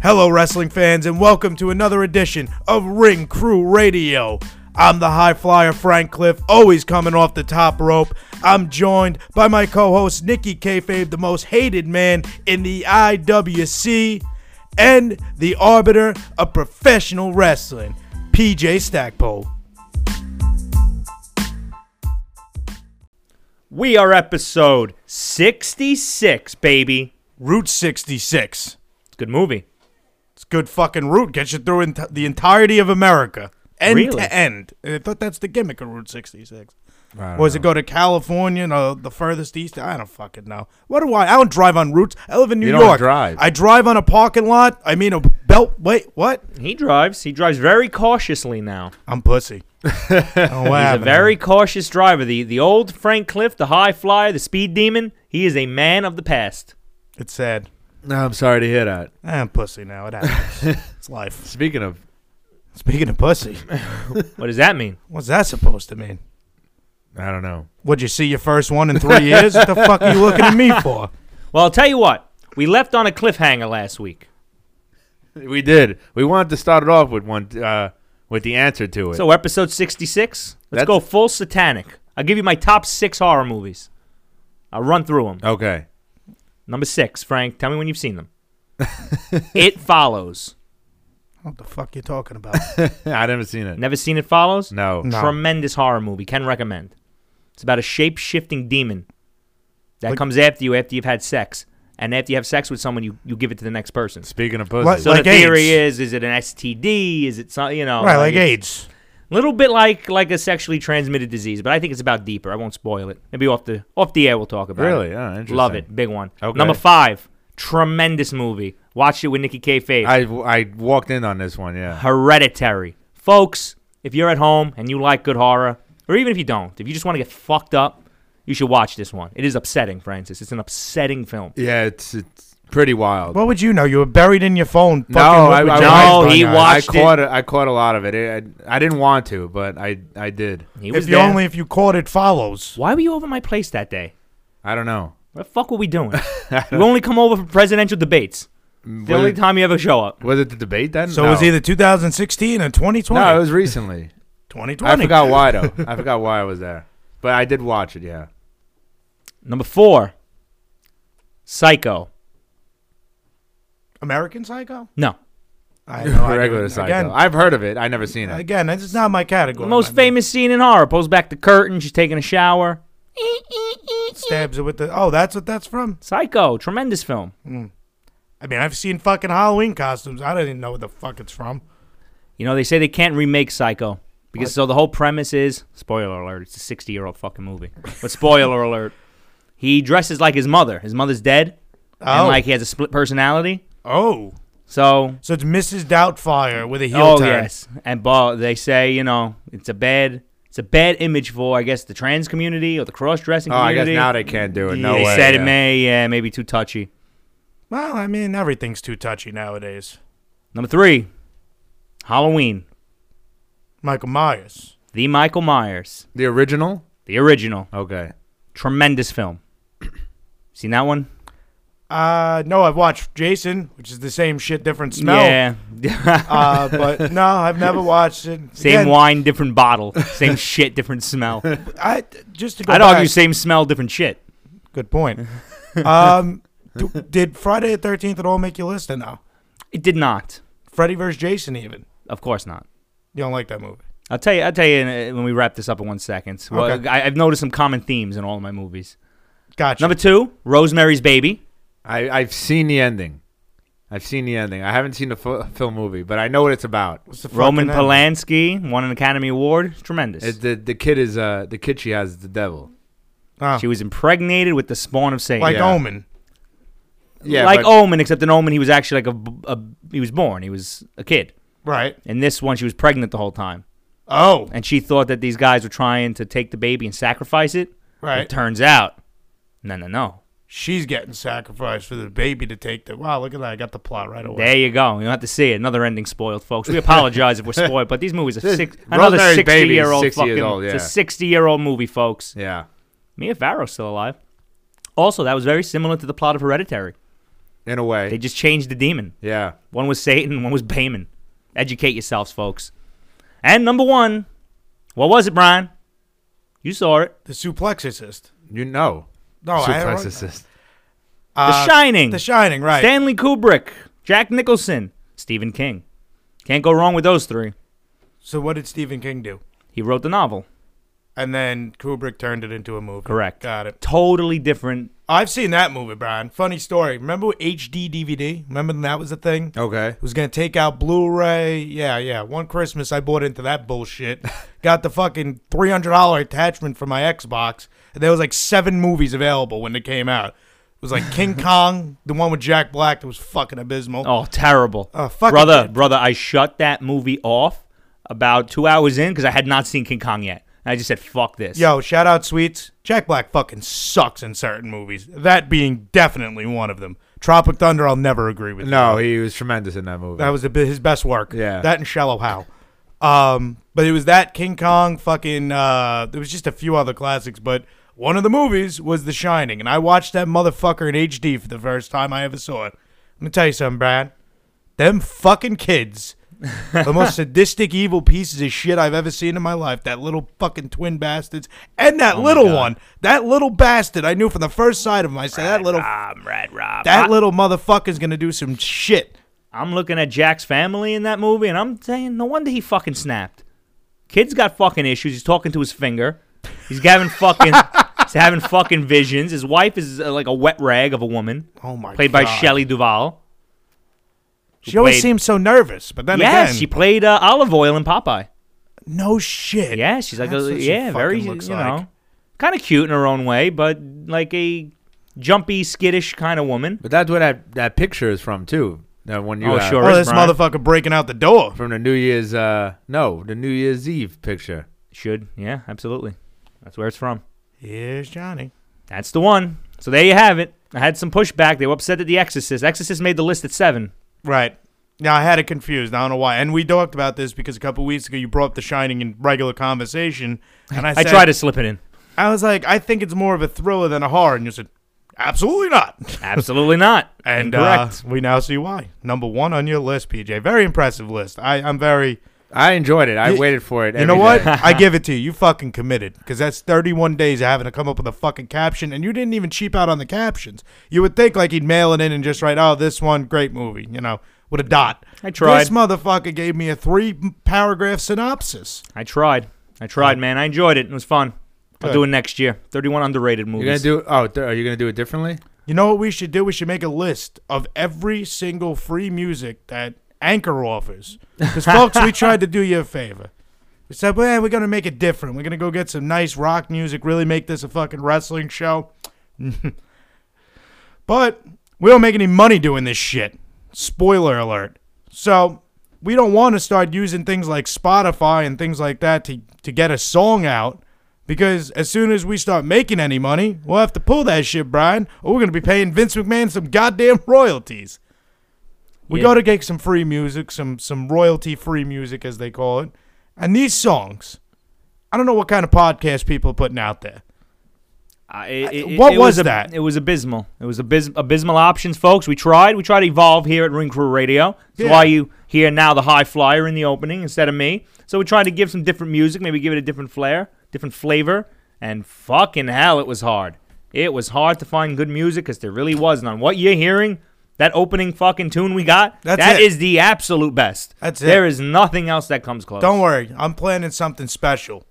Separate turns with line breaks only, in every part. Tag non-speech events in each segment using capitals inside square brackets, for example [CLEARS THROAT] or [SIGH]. Hello, wrestling fans, and welcome to another edition of Ring Crew Radio. I'm the high flyer Frank Cliff, always coming off the top rope. I'm joined by my co host Nikki Kayfabe, the most hated man in the IWC, and the arbiter of professional wrestling, PJ Stackpole.
We are episode 66, baby.
Route 66.
It's a good movie.
It's a good fucking route. Gets you through ent- the entirety of America, end
Really?
to end. And I thought that's the gimmick of Route 66. Was it go to California, no, the furthest east? I don't fucking know. What do I? I don't drive on routes. I live in New
You don't
York.
drive.
I drive on a parking lot. I mean a belt. Wait, what?
He drives. He drives very cautiously now.
I'm
[LAUGHS]
pussy. oh,
He's a very cautious driver. The the old Frank Cliff, the high flyer, the speed demon, he is a man of the past.
It's sad.
No, I'm sorry to hear that.
I'm pussy now. It
[LAUGHS]
happens. it's life.
Speaking of,
Speaking of pussy,
What does that mean?
what's that supposed to mean?
I don't know.
Would you see your first one in
[LAUGHS]
three years? what the fuck are you looking at me for?
Well, I'll tell you what. We left on a cliffhanger last week.
We did. We wanted to start it off with one, uh, with the answer to it.
So, episode 66, let's
That's-
go full satanic. I'll give you my top 6 horror movies. I'll run through them.
okay. [LAUGHS]
Number 6, Frank, tell me when you've seen them. it follows.
What the fuck you talking about?
I never seen it.
Never seen It Follows?
No.
No.
Tremendous horror movie. Can recommend. It's about a shape shifting demon that
Like-
comes after you after you've had sex. And after you have sex with someone, you, you give it to the next person.
Speaking of
What-
pussy,
So
Like
the theory
AIDS.
is is it an STD? Is it some, you know?
right, like
it's
AIDS.
A little bit like like a sexually transmitted disease, but I think it's about deeper. I won't spoil it. Maybe off the off the air we'll talk about it.
really? Oh, interesting.
Love it. Big one.
Okay.
Number five. Tremendous movie. Watched it with Nikki K. Faith.
I, I walked in on this one. Yeah.
Hereditary. Folks, if you're at home and you like good horror, or even if you don't, if you just want to get fucked up, you should watch this one. It is upsetting, Francis. It's an upsetting film.
Yeah. It's it's pretty wild.
What would you know? You were buried in your phone.
no,
fucking
I, I,
with your
No,
eyes
I,
done
he
out.
wa-
I
watched it.
caught it. I caught a lot of it. it I, I didn't want to, but I I did.
He was
If you
there.
only if you caught it follows.
Why were you over my place that day?
I don't know.
What the fuck were we doing? you only come over for presidential debates. The
was,
only
it,
time you ever show up.
was it the debate then?
So
no.
it was either 2016 or 2020.
No, it was recently.
2020.
I forgot why though. I forgot why I was there, but I did watch it. Yeah.
Number four, Psycho.
American Psycho.
No.
I
[LAUGHS]
know. I
regular
didn't-
psycho.
Again,
I've heard of it. I never seen it.
again, this is not my
The
category.
most
my man.
famous scene in horror. Pulls back the curtain. She's taking a shower.
stabs it with the. Oh, that's what that's from.
Psycho. Tremendous film.
I mean, I've seen fucking Halloween costumes. I don't even know what the fuck it's from.
You know, they say they can't remake Psycho because so the whole premise is spoiler alert, it's a 60 year old fucking movie. But
[LAUGHS]
spoiler alert, he dresses like his mother. His mother's dead,
Oh,
and like he has a split personality.
oh,
So,
so it's Mrs. Doubtfire with a heel
oh
turn.
yes, and but they say you know it's a bad, it's a bad image for I guess the trans community or the cross dressing
Oh, I guess
community.
now they can't do it. No
they
way.
said
yeah.
it may yeah maybe too touchy.
Well, I mean, everything's too touchy nowadays.
Number three, Halloween,
Michael Myers.
the Michael Myers,
The original?
the original,
Okay.
tremendous film. [CLEARS THROAT] Seen that one?
Uh, no, I've watched Jason, which is the same shit, different smell.
Yeah.
Uh, but no, I've never watched it.
[LAUGHS] same
Again,
wine, different bottle.
[LAUGHS]
Same shit, different smell.
I just to go
I'd
back.
argue same smell, different shit.
Good
[LAUGHS]
point. Um, d- did Friday the Thirteenth at all make you list? Or no,
It did not.
Freddy vs. Jason. Even
Of course not.
you don't like that movie.
I'll tell you. I'll tell you in, uh, when we wrap this up in one second. Well,
Okay.
I, I've noticed some common themes in all of my movies.
Gotcha.
Number two, Rosemary's Baby.
I, I've seen the ending. I've seen the ending. I haven't seen the f- film movie, but I know what it's about.
What's the
Roman
fucking name?
Polanski won an Academy Award. Tremendous.
It, the the kid is uh the kid she has is the devil.
Oh,
she was impregnated with the spawn of Satan.
like
yeah.
Omen.
Yeah,
like oh.
but,
Omen, except in Omen he was actually like a, b- a- he was born. He was a kid.
Right.
In this one, she was pregnant the whole time.
Oh,
and she thought that these guys were trying to take the baby and sacrifice it. It
right.
turns out, no, no, no.
She's getting sacrificed for the baby to take the. Wow, look at that! I got the plot right away.
There you go. You don't have to see it. Another ending spoiled, folks. We apologize if
[LAUGHS]
we're spoiled, but these movies are
This-
six, another
Rosemary's Baby is
sixty-year-old
60 years
fucking.
old,
It's
yeah.
a sixty-year-old movie, folks.
yeah.
Mia Farrow's still alive. Also, that was very similar to the plot of Hereditary.
in a way.
They just changed the demon.
yeah.
One was Satan, one was Bayman. Educate yourselves, folks. And number one, what was it, Brian? You saw it.
The Suplexicist.
You know.
No, Oh, I
Suplex
don't-
assist.
The
uh,
Shining.
The Shining, right.
Stanley Kubrick, Jack Nicholson, Stephen King. Can't go wrong with those three.
so what did Stephen King do?
He wrote the novel.
And then Kubrick turned it into a movie.
Correct.
Got it.
Totally different.
I've seen that movie, Brian. Funny story. Remember HD DVD? Remember when that was a thing?
Okay.
It was gonna take out Blu-ray. Yeah, yeah. One Christmas, I bought into that
[LAUGHS]
bullshit. Got the fucking three hundred dollar attachment for my Xbox, and there was like seven movies available when it came out. It was like
[LAUGHS]
King Kong, the one with Jack Black that was fucking abysmal.
Oh, terrible.
Oh, fuck
brother,
it.
brother, I shut that movie off about two hours in because I had not seen King Kong yet. And I just said, fuck this.
Yo, shout out Sweets. Jack Black fucking sucks in certain movies. That being definitely one of them. Tropic Thunder, I'll never agree with.
No, he was tremendous in that movie.
That was the, bi- his best work.
Yeah.
That and Shallow How. Um, but it was that King Kong fucking. Uh, there was just a few other classics, but one of the movies was The Shining, and I watched that motherfucker in HD for the first time I ever saw it. Let me tell you something, Brad. Them fucking kids,
[LAUGHS]
the most sadistic, evil pieces of shit I've ever seen in my life. That little fucking twin bastards, and
Oh
that little one, that little bastard. I knew from the first sight of him. I said, that little,
Rob, Red Rob.
that
I-
little motherfucker's gonna do some shit.
I'm looking at Jack's family in that movie, and I'm saying, no wonder he fucking snapped. Kid's got fucking issues. He's talking to his finger. He's
[LAUGHS]
having fucking, he's having fucking visions. His wife is uh, like a wet rag of a woman,
Oh my
played
god.
by Shelley Duvall.
She always
played-
seems so nervous, but then
yes,
again,
she played uh, olive oil in Popeye.
no shit.
Yeah, she's like,
That's
a,
what she
yeah, very,
fucking
you
looks like.
know, kind of cute in her own way, but like a jumpy, skittish kind of woman.
but that's where that, that picture is from too. That one you
Oh,
have.
sure.
Oh,
Chris
this
Bryan.
motherfucker breaking out the door.
from the New Year's uh no, the New Year's Eve picture.
Should, yeah, absolutely. That's where it's from.
Here's Johnny.
That's the one. So there you have it. I had some pushback. They were upset at The Exorcist. Exorcist made the list at seven.
Right. Now I had it confused. I don't know why. And we talked about this because a couple weeks ago you brought up The Shining in regular conversation, and I
I
said,
tried to slip it in.
I was like, I think it's more of a thriller than a horror, and you said, absolutely not.
Absolutely not.
[LAUGHS] And uh,
Incorrect.
we now see why. Number one on your list, PJ. Very impressive list. I, I'm very.
I enjoyed it. I
You-
waited for it.
You know what? I
[LAUGHS]
give it to you. You fucking committed because that's 31 days of having to come up with a fucking caption, and you didn't even cheap out on the captions. You would think like he'd mail it in and just write, "Oh, this one great movie," you know, with a dot.
I tried.
This motherfucker gave me a three-paragraph synopsis.
I tried. I tried, man. I enjoyed it. It was fun. I'll
uh, Good.
do it next year. 31 underrated
You're gonna
movies.
do? Oh, th- are you gonna do it differently?
You know what we should do? We should make a list of every single free music that Anchor offers. Because, folks, we tried to do you a favor. We said, well, we're going to make it different. We're going to go get some nice rock music, really make this a fucking wrestling show. but we don't make any money doing this shit. Spoiler alert. So we don't want to start using things like Spotify and things like that to, to get a song out because as soon as we start making any money, we'll have to pull that shit, Brian, or we're going to be paying Vince McMahon some goddamn [LAUGHS] royalties. We
Yeah.
got to get some free music, some some royalty free music as they call it. And these songs, I don't know what kind of podcast people are putting out there.
I- Uh, it- it-
what
it
was
ab-
that?
It was abysmal. It was abys- abysmal options, folks. We tried. We tried to evolve here at Ring Crew Radio. That's
Yeah.
why you hear now the high flyer in the opening instead of me. So we tried to give some different music, maybe give it a different flair, different flavor. And fucking hell, it was hard. It was hard to find good music because there really was none. What you're hearing, that opening fucking tune we got,
That's
that
it.
is the absolute best.
That's it.
There is nothing else that comes close.
Don't worry, I'm planning something special.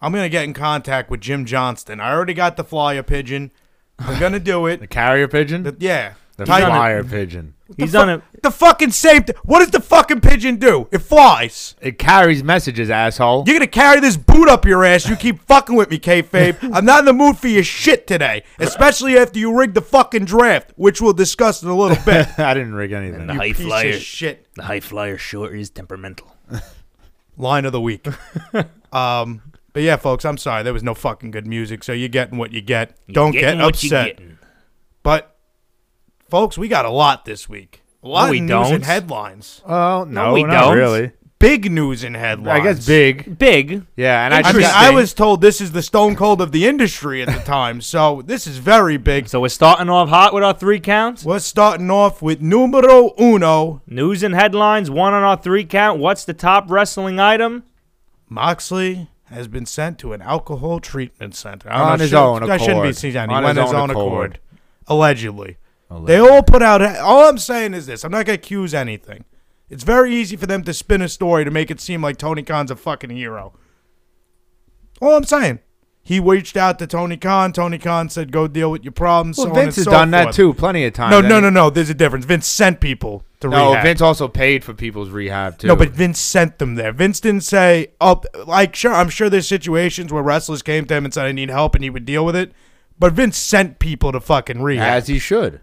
I'm going to get in contact with Jim Johnston. I already got the flyer pigeon. I'm going to do
[LAUGHS]
The
it.
carrier pigeon,
But
the,
yeah. Titan-
flyer pigeon.
He's
the
done
fu-
it.
The fucking same thing. What does the fucking pigeon do? It flies.
It carries messages, asshole.
You're gonna carry this boot up your ass. You keep fucking with me, kayfabe.
[LAUGHS]
I'm not in the mood for your shit today, especially after you rigged the fucking draft, which we'll discuss in a little
[LAUGHS]
bit.
[LAUGHS] I didn't rig anything.
The high
Piece
flyer.
of shit.
The high flyer sure is temperamental.
Line of the
[LAUGHS]
week. um, but yeah, folks, I'm sorry. There was no fucking good music, so you're getting what you get. Don't
Getting
get
what you
upset.
getting.
But folks, we got a lot this week. A lot
we
of news
don't.
and headlines.
Well, no,
we
not
don't.
really.
big news in headlines.
I guess big.
Big.
Yeah, and I
I
just
mean,
got-
I was told this is the Stone Cold of the industry at the time, so this is very big.
So we're starting off hot with our three counts.
We're starting off with numero uno,
News and headlines, one on our three count. What's the top wrestling item?
Moxley has been sent to an alcohol treatment center I'm
On
not
his
sure-
own
That shouldn't be
accord.
seen. He
On
went
his
his
own
own accord,
accord.
allegedly. They
Allegedly.
all put out. All I'm saying is this: I'm not gonna accuse anything. It's very easy for them to spin a story to make it seem like Tony Khan's a fucking hero. All I'm saying, he reached out to Tony Khan. Tony Khan said, "Go deal with your problems."
well,
so on
Vince
and
has
so
done that
forth.
too, plenty of times.
No,
And
no,
he-
no, no. There's a difference. Vince sent people to
No,
rehab.
Vince also paid for people's rehab too.
No, but Vince sent them there. Vince didn't say up like sure, I'm sure there's situations where wrestlers came to him and said I need help and he would deal with it. But Vince sent people to fucking rehab.
as he should.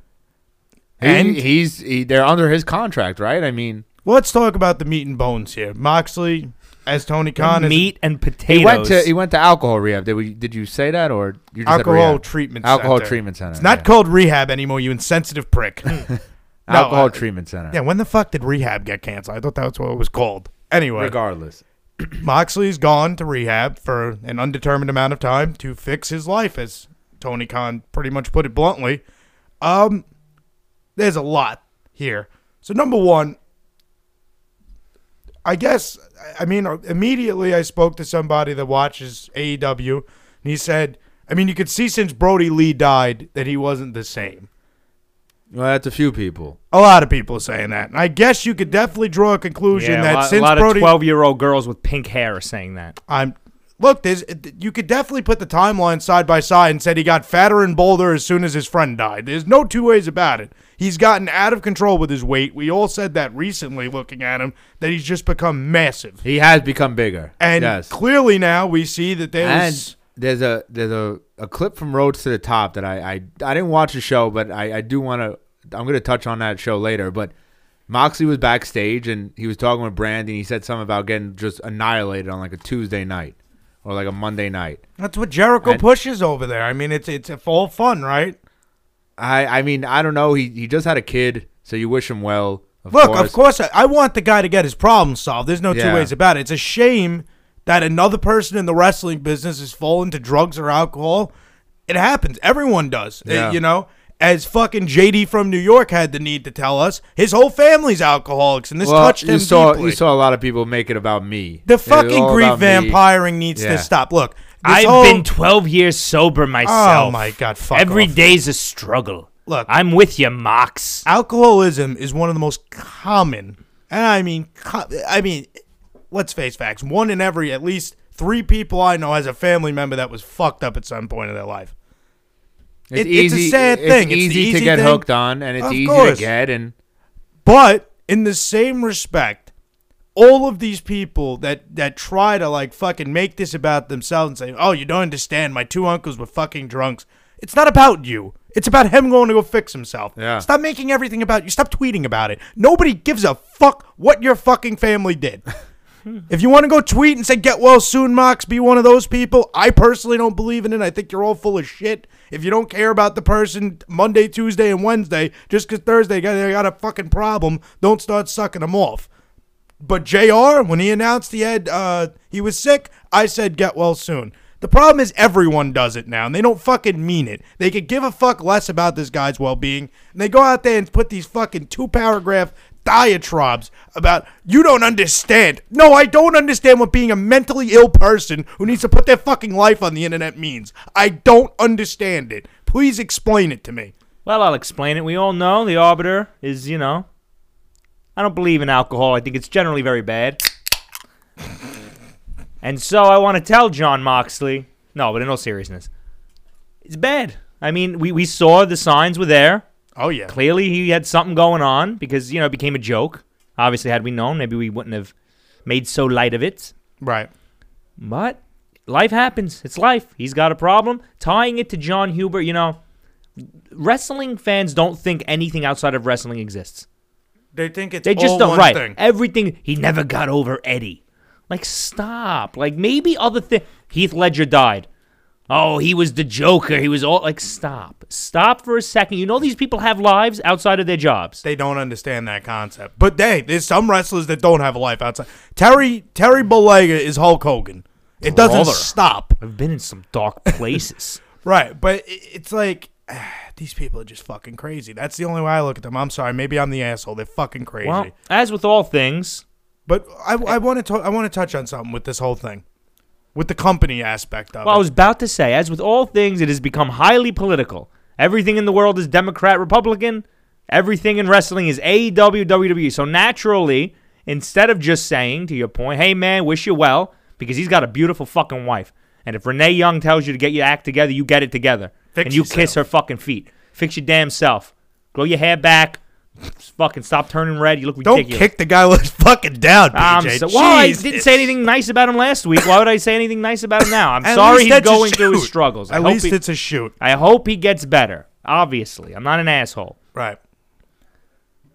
He-
And-
he's he, they're under his contract, right? I mean,
well, let's talk about the meat and bones here. Moxley as Tony Khan is
Meat and potatoes.
he went to he went to alcohol rehab. Did we? Did you say that or you just said
alcohol
rehab?
treatment
alcohol
center.
treatment center?
It's not
yeah.
called rehab anymore, you insensitive
[LAUGHS]
prick. No,
alcohol
uh,
treatment center.
yeah, when the fuck did rehab get canceled? I thought that was what it was called. Anyway,
regardless.
Moxley's gone to rehab for an undetermined amount of time to fix his life, as Tony Khan pretty much put it bluntly. Um, there's a lot here. So number one, I guess I mean immediately I spoke to somebody that watches AEW, and he said, I mean you could see since Brody Lee died that he wasn't the same.
Well, that's a few people.
A lot of people are saying that, and I guess you could definitely draw a conclusion
yeah,
that
a lot,
since
a lot
Brody
of 12 year old girls with pink hair are saying that.
I'm look. There's you could definitely put the timeline side by side and said he got fatter and bolder as soon as his friend died. There's no two ways about it. He's gotten out of control with his weight. We all said that recently, looking at him, that he's just become massive.
He has become bigger.
And
yes.
clearly now we see that there's
and there's a there's a, a clip from Roads to the Top that I I, I didn't watch the show, but I, I do want to I'm gonna touch on that show later. But Moxley was backstage and he was talking with Brandy and he said something about getting just annihilated on like a Tuesday night or like a Monday night.
that's what Jericho
and-
pushes over there. I mean, it's it's all fun, right?
I I mean I don't know he he just had a kid, so you wish him well. Of
Look,
course.
of course, I, I want the guy to get his problem solved. There's no two
Yeah.
ways about it. It's a shame that another person in the wrestling business has fallen to drugs or alcohol. It happens. Everyone does. Uh,
Yeah.
you know, as fucking JD from New York had the need to tell us, his whole family's alcoholics, and this
Well,
touched him
you saw
deeply.
you saw a lot of people make it about me.
the
It was
fucking
all
grief
about me.
vampiring needs
Yeah.
to stop. Look, this
I've
whole-
been 12 years sober myself.
Oh my God, fuck
Every
off.
day's a struggle.
Look.
I'm with you, Mox.
alcoholism is one of the most common and i mean co- i mean let's face facts one in every at least three people i know has a family member that was fucked up at some point in their life
It's
It- it's a
easy.
sad thing. It's
It's
the
easy
easy
to get
thing.
hooked on, and it's
Of
easy
course.
to get and.
but in the same respect all of these people that that try to like fucking make this about themselves and say oh you don't understand my two uncles were fucking drunks it's not about you it's about him going to go fix himself.
Yeah.
Stop making everything about you. Stop tweeting about it. Nobody gives a fuck what your fucking family did. If you want to go tweet and say get well soon, Mox, be one of those people. I personally don't believe in it. I think you're all full of shit. If you don't care about the person Monday, Tuesday, and Wednesday, just because Thursday got they got a fucking problem, don't start sucking them off. But Jr. when he announced he had uh, he was sick, I said get well soon. The problem is everyone does it now, and they don't fucking mean it. They could give a fuck less about this guy's well-being, and they go out there and put these fucking two-paragraph diatribes about you don't understand. No, I don't understand what being a mentally ill person who needs to put their fucking life on the internet means. I don't understand it. Please explain it to me.
Well, I'll explain it. We all know the arbiter is, you know. I don't believe in alcohol. I think it's generally very bad. and so I want to tell John Moxley. No, but in all seriousness, it's bad. I mean, we, we saw the signs were there.
Oh yeah.
Clearly, he had something going on because, you know, it became a joke. Obviously, had we known, maybe we wouldn't have made so light of it.
Right.
But life happens. It's life. He's got a problem. Tying it to John Huber, you know, wrestling fans don't think anything outside of wrestling exists.
They think it's
They just
all
don't.
one
Right.
thing.
Everything. He never got over Eddie. Like, stop. Like, maybe other thing. Heath Ledger died. oh, he was the Joker. He was all like, stop, stop for a second. You know, these people have lives outside of their jobs.
They don't understand that concept. But hey, there's some wrestlers that don't have a life outside. Terry Terry Bollea is Hulk Hogan. It doesn't
Brother.
stop.
I've been in some dark [LAUGHS] places.
Right, but i- it's like [SIGHS] these people are just fucking crazy. That's the only way I look at them. I'm sorry, maybe I'm the asshole. They're fucking crazy.
well, as with all things,
But I, I want to I want to touch on something with this whole thing, with the company aspect of
Well, I
it.
was about to say, as with all things, it has become highly political. Everything in the world is Democrat, Republican. Everything in wrestling is E AEW, WWE. So naturally, instead of just saying, to your point, hey man, wish you well, because he's got a beautiful fucking wife. And if Renee Young tells you to get your act together, you get it together.
Fix
and you kiss
yourself.
her fucking feet. Fix your damn self. Grow your hair back. Fucking stop turning red. You look
Don't
ridiculous.
kick the guy [LAUGHS] that's fucking down,
I'm
BJ.
Um, so, well, I
Jesus.
didn't say anything nice about him last week. Why would I say anything nice about him now? I'm
At
sorry
least
he's
that's a
going through his
shoot.
struggles. I
At
hope
least
he,
it's a shoot,
I hope he gets better. Obviously, I'm not an asshole.
right?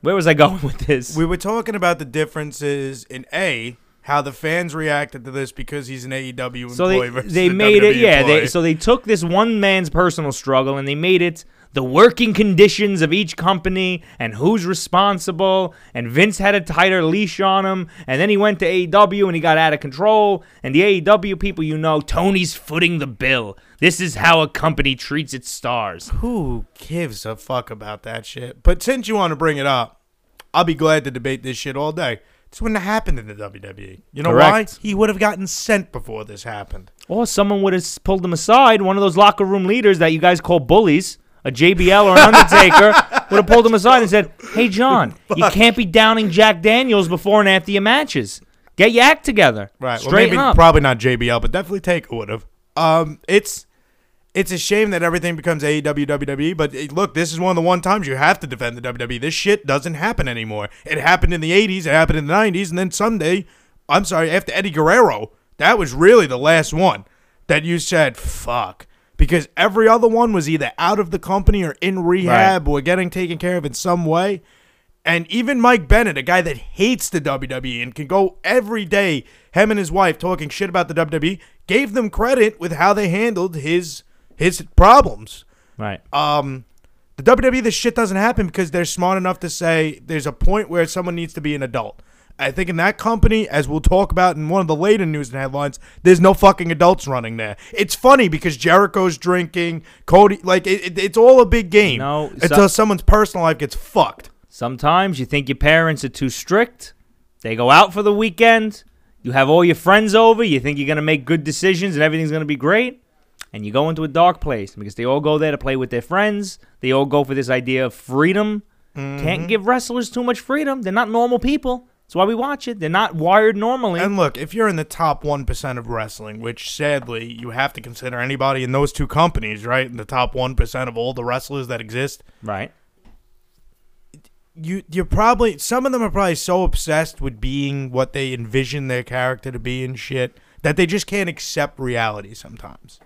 Where was I going [LAUGHS] with this?
We were talking about the differences in a how the fans reacted to this because he's an AEW
so
employee
they
versus
they
a
made it,
WWE
yeah. They,
employee.
so they took this one man's personal struggle and they made it the working conditions of each company and who's responsible. And Vince had a tighter leash on him, and then he went to AEW and he got out of control. And the AEW people, you know, Tony's footing the bill. This is how a company treats its stars.
Who gives a fuck about that shit? But since you want to bring it up, I'll be glad to debate this shit all day. This wouldn't have happened in the WWE. You know
Correct.
why? He would have gotten sent before this happened.
Or someone would have s- pulled him aside. One of those locker room leaders that you guys call bullies, a JBL or
[LAUGHS]
an Undertaker, would have pulled him aside and said, Hey, John, you can't be downing Jack Daniels before and after your matches. Get your act together.
Right. Well,
Straighten
maybe
up.
probably not JBL, but definitely Taker would have. Um, it's it's a shame that everything becomes E AEW WWE, but eh, look, this is one of the one times you have to defend the WWE. This shit doesn't happen anymore. It happened in the '80s, it happened in the '90s, and then someday, I'm sorry, after Eddie Guerrero, that was really the last one that you said fuck. Because every other one was either out of the company or in rehab or getting taken care of in some way. And even Mike Bennett, a guy that hates the WWE and can go every day, him and his wife talking shit about the WWE, gave them credit with how they handled his his problems.
right.
Um, the WWE, this shit doesn't happen because they're smart enough to say there's a point where someone needs to be an adult. I think in that company, as we'll talk about in one of the later news and headlines, there's no fucking adults running there. It's funny because Jericho's drinking, Cody, like it, it- it's all a big game
No, so-
until someone's personal life gets fucked.
Sometimes you think your parents are too strict. They go out for the weekend. You have all your friends over. You think you're going to make good decisions and everything's going to be great. And you go into a dark place because they all go there to play with their friends. They all go for this idea of freedom.
Mm-hmm.
Can't give wrestlers too much freedom. They're not normal people. That's why we watch it. They're not wired normally.
And look, if you're in the top 1% of wrestling, which sadly you have to consider anybody in those two companies, right? In the top 1% of all the wrestlers that exist,
right.
you you're probably some of them are probably so obsessed with being what they envision their character to be and shit that they just can't accept reality sometimes.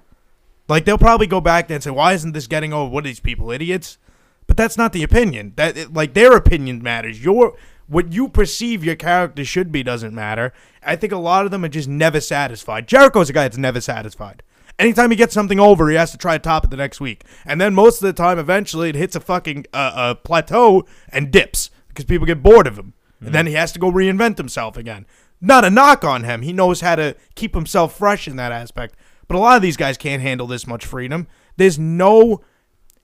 Like they'll probably go back there and say, "Why isn't this getting over? What are these people idiots?" But that's not the opinion. That it- like their opinion matters. Your what you perceive your character should be doesn't matter. I think a lot of them are just never satisfied. Jericho's a guy that's never satisfied. Anytime he gets something over, he has to try to top it the next week, and then most of the time, eventually, it hits a fucking uh, uh, plateau and dips because people get bored of him, and then he has to go reinvent himself again. Not a knock on him; he knows how to keep himself fresh in that aspect. But a lot of these guys can't handle this much freedom. There's no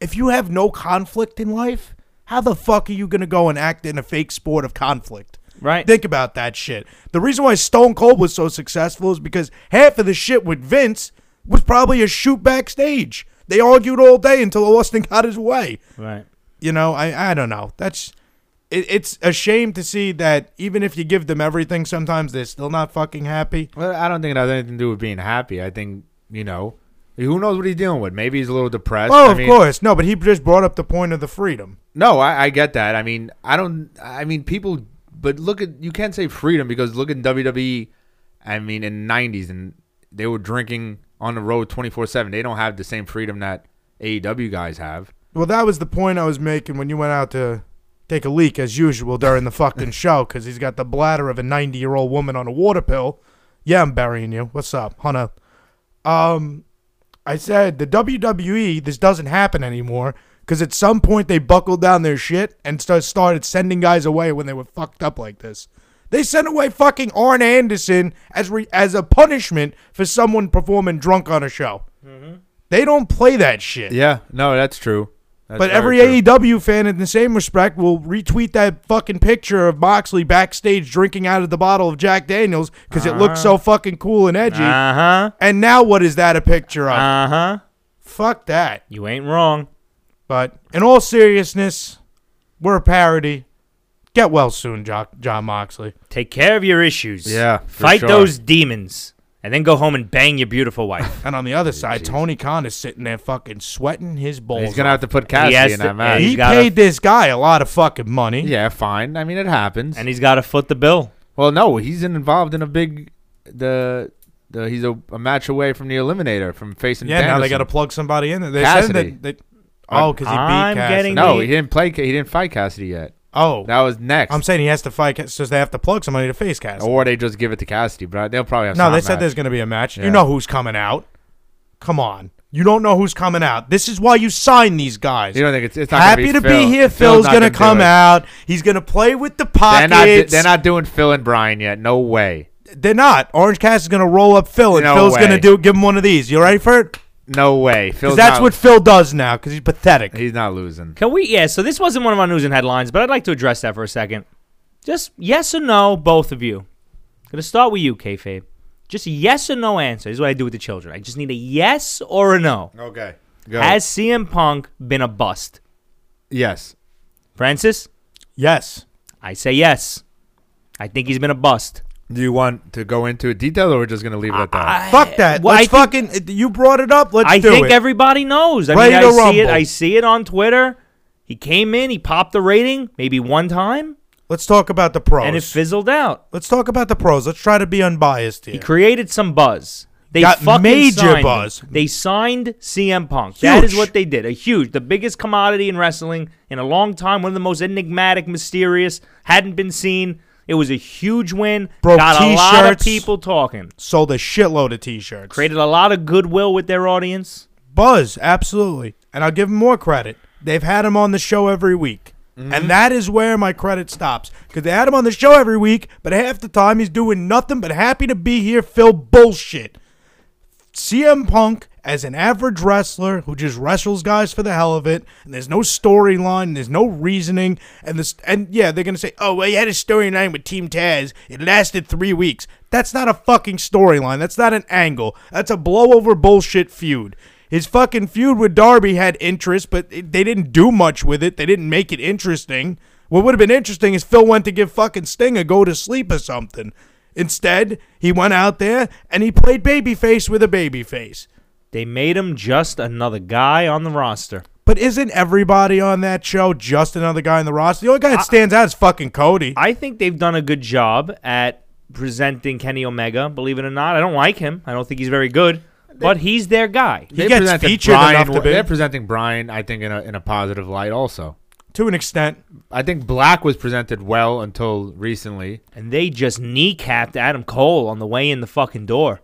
if you have no conflict in life, how the fuck are you gonna go and act in a fake sport of conflict?
Right.
Think about that shit. The reason why Stone Cold was so successful is because half of the shit with Vince was probably a shoot backstage. They argued all day until Austin got his way.
Right.
You know, I I don't know. That's it, it's a shame to see that even if you give them everything, sometimes they're still not fucking happy.
Well, I don't think it has anything to do with being happy. I think you know, who knows what he's dealing with. Maybe he's a little depressed.
Oh,
I
of
mean,
course, no. But he just brought up the point of the freedom.
No, I, I get that. I mean, I don't. I mean, people. But look at you can't say freedom because look at WWE. E, I mean, in '90s and they were drinking on the road 24/7. They don't have the same freedom that AEW guys have.
Well, that was the point I was making when you went out to take a leak, as usual, during the fucking show, because he's got the bladder of a 90 year old woman on a water pill. Yeah, I'm burying you. What's up, Hunter? Um, I said the WWE this doesn't happen anymore because at some point they buckled down their shit and sta- started sending guys away when they were fucked up like this. They sent away fucking Arn Anderson as re- as a punishment for someone performing drunk on a show. They don't play that shit.
Yeah, no, that's true. That's
But every
very true.
AEW fan, in the same respect, will retweet that fucking picture of Moxley backstage drinking out of the bottle of Jack Daniels because it looked
Uh-huh.
so fucking cool and edgy.
Uh huh.
and now, what is that a picture
Uh-huh.
of?
Uh huh.
Fuck that.
You ain't wrong.
But in all seriousness, we're a parody. Get well soon, jo- John Moxley.
Take care of your issues.
Yeah, for
Fight
sure.
those demons, and then go home and bang your beautiful wife.
And on the other side, Tony Khan is sitting there fucking sweating his balls.
He's gonna have to put
He has
Cassidy in
to-
that match.
he's
he
gotta-
paid this guy a lot of fucking money.
yeah, fine. I mean, it happens.
and he's got to foot the bill.
well, no, he's in- involved in a big the. the he's a, a match away from the Eliminator from facing.
Yeah, now they
Danielson.
got to plug somebody in. there. They said
Cassidy.
that. They, oh, because he beat
I'm
Cassidy.
getting-
No, he didn't play. Ca- He didn't fight Cassidy yet.
Oh,
That was next.
I'm saying he has to fight. Ca- So they have to plug somebody to face Cassidy.
or they just give it to Cassidy, but they'll probably have.
no,
some
they said
match.
there's going to be a match.
Yeah.
You know who's coming out. Come on. You don't know who's coming out. This is why you sign these guys.
You don't think it's, it's not gonna
Happy to be
Phil.
here.
Phil's
Phil's
not
going to
do
come
it.
out. He's going to play with the
They're
pockets.
not, do- they're not doing Phil and Brian yet. No way.
They're not. Orange Cassidy's going to roll up Phil, and
No
Phil's going
way.
to do give him one of these. You ready for it?
No way.
Because
Phil's
that's
not,
what Phil does now because he's pathetic.
he's not losing.
Can we? Yeah. So this wasn't one of our news and headlines, but I'd like to address that for a second. Just yes or no, both of you. Gonna start with you, kayfabe. Just a yes or no answer. This is what I do with the children. I just need a yes or a no.
Okay. Go.
Has CM Punk been a bust?
yes.
Francis,
yes.
I say yes. I think he's been a bust.
Do you want to go into detail, or we're just gonna leave it at that?
Fuck that.
Well,
Let's
I
fucking. you brought it up. Let's
I
do
think
it.
everybody knows. I
Ready
mean, I
to
see it.
rumble.
I see it on Twitter. He came in. He popped the rating maybe one time,
Let's talk about the pros.
and it fizzled out.
Let's talk about the pros. Let's try to be unbiased here.
He created some buzz. They
Got
fucking
major
signed him.
buzz.
They signed CM Punk. That is
Huge.
what they did. A huge, the biggest commodity in wrestling in a long time. One of the most enigmatic, mysterious, hadn't been seen. It was a huge win.
Broke
Got a lot of
t-shirts.
people talking.
Sold a shitload of T-shirts.
Created a lot of goodwill with their audience.
Buzz, absolutely. And I'll give him more credit. They've had him on the show every week. And that is where my credit stops. Because they had him on the show every week, but half the time he's doing nothing but happy to be here, Phil bullshit. CM Punk, as an average wrestler who just wrestles guys for the hell of it, and there's no storyline, there's no reasoning, and this, and yeah, they're gonna say, oh well, he had a storyline with Team Taz, it lasted three weeks. That's not a fucking storyline. That's not an angle. That's a blowover bullshit feud. His fucking feud with Darby had interest, but it, they didn't do much with it. They didn't make it interesting. What would have been interesting is Phil went to give fucking Sting a go to sleep or something. Instead, he went out there and he played babyface with a babyface.
They made him just another guy on the roster.
But isn't everybody on that show just another guy in the roster? The only guy that stands out is fucking Cody.
I think they've done a good job at presenting Kenny Omega. Believe it or not, I don't like him. I don't think he's very good, but he's their guy.
he
They
gets
presented
featured
Brian,
enough to be
They're presenting Brian, I think, in a in a positive light. Also,
to an extent.
I think Black was presented well until recently.
And they just kneecapped Adam Cole on the way in the fucking door.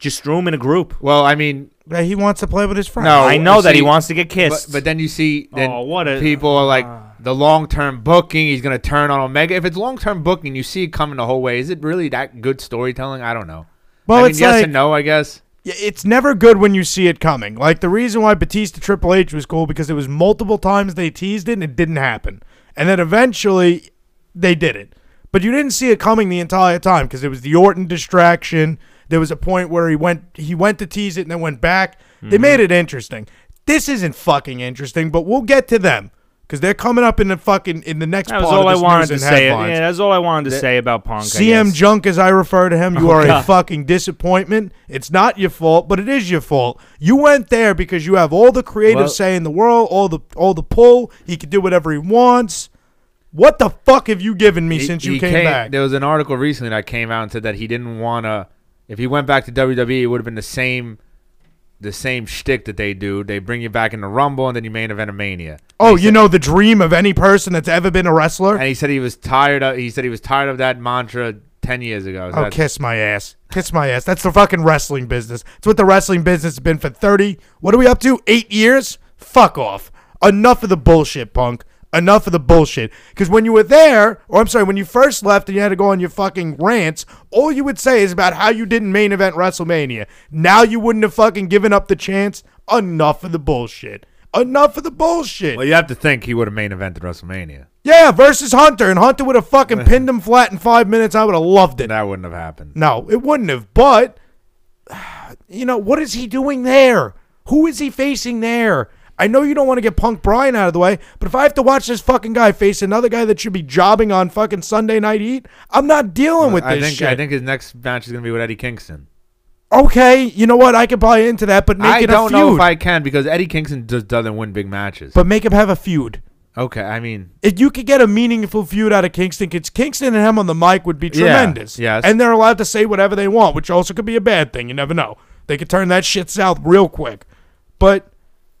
Just threw him in a group.
Well, I mean,
But he wants to play with his friends.
No. Oh,
I know that he
see,
wants to get
but,
kissed.
but then you see then
Oh, what a-
people are like
uh.
the long term booking. He's gonna turn on Omega. If it's long term booking, you see it coming the whole way. Is it really that good storytelling? I don't know.
Well,
I mean,
it's
yes
like-
and no, I guess.
Yeah, It's never good when you see it coming. Like the reason why Batista Triple H was cool because it was multiple times they teased it and it didn't happen. And then eventually they did it. But you didn't see it coming the entire time because it was the Orton distraction. There was a point where he went he went to tease it and then went back. They
Mm-hmm.
made it interesting. This isn't fucking interesting, but we'll get to them because they're coming up in the fucking in the next
that was
part
all
of
I
this
wanted
news
to
and
say.
headlines.
Yeah, that's all I wanted to say about Punk. I
CM
guess.
Junk, as I refer to him, you
Oh,
are a
God.
fucking disappointment. It's not your fault, but it is your fault. You went there because you have all the creative
Well-
say in the world, all the all the pull. He can do whatever he wants. What the fuck have you given me
He-
since you
he
came, back?
There was an article recently that came out and said that he didn't want to. If he went back to WWE, it would have been the same, the same shtick that they do. They bring you back in the Rumble and then you main event a Mania.
oh, you know the dream of any person that's ever been a wrestler.
And he said he was tired of. He said he was tired of that mantra. ten years ago. So
Oh,
that's-
kiss my ass. Kiss my ass. That's the fucking wrestling business. It's what the wrestling business has been for 30. What are we up to? Eight years? Fuck off. Enough of the bullshit, punk. Enough of the bullshit. Because when you were there, or I'm sorry, when you first left and you had to go on your fucking rants, all you would say is about how you didn't main event WrestleMania. Now you wouldn't have fucking given up the chance. Enough of the bullshit. Enough of the bullshit.
Well, you have to think he would have main evented WrestleMania.
yeah, versus Hunter, and Hunter would have fucking pinned him flat in five minutes. I would have loved it.
That wouldn't have happened.
No, it wouldn't have. But [SIGHS] you know what is he doing there? Who is he facing there? I know you don't want to get Punk Bryan out of the way, but if I have to watch this fucking guy face another guy that should be jobbing on fucking Sunday Night Heat, I'm not dealing with
I
this
think
shit.
I think his next match is gonna be with Eddie Kingston.
okay, you know what? I could buy into that, but make
I
it a
don't
feud.
know if I can because Eddie Kingston just doesn't win big matches.
but make him have a feud.
okay, I mean,
If you could get a meaningful feud out of Kingston, 'cause Kingston and him on the mic would be tremendous.
yes.
And they're allowed to say whatever they want, which also could be a bad thing. You never know. They could turn that shit south real quick. But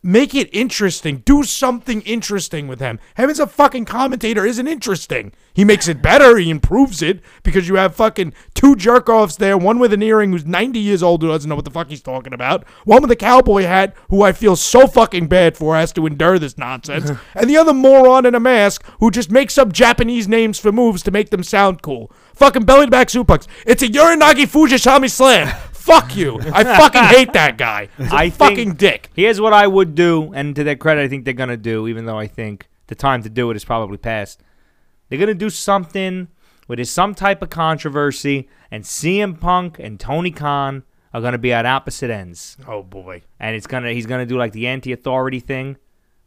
make it interesting. Do something interesting with him. Him as a fucking commentator isn't interesting. He makes it better. He improves it because you have fucking two jerk offs there one with an earring who's 90 years old who doesn't know what the fuck he's talking about, one with a cowboy hat who I feel so fucking bad for has to endure this nonsense, and the other moron in a mask who just makes up Japanese names for moves to make them sound cool. Fucking belly to back suplex. It's a Uranagi Fujishami slam. Fuck you. I fucking hate that guy. He's a
I think-
fucking dick.
Here's what I would do, and to their credit, I think they're gonna do, even though I think the time to do it is probably past. They're gonna do something where there's some type of controversy, and CM Punk and Tony Khan are gonna be at opposite ends,
Oh boy.
and it's gonna he's gonna do like the anti-authority thing.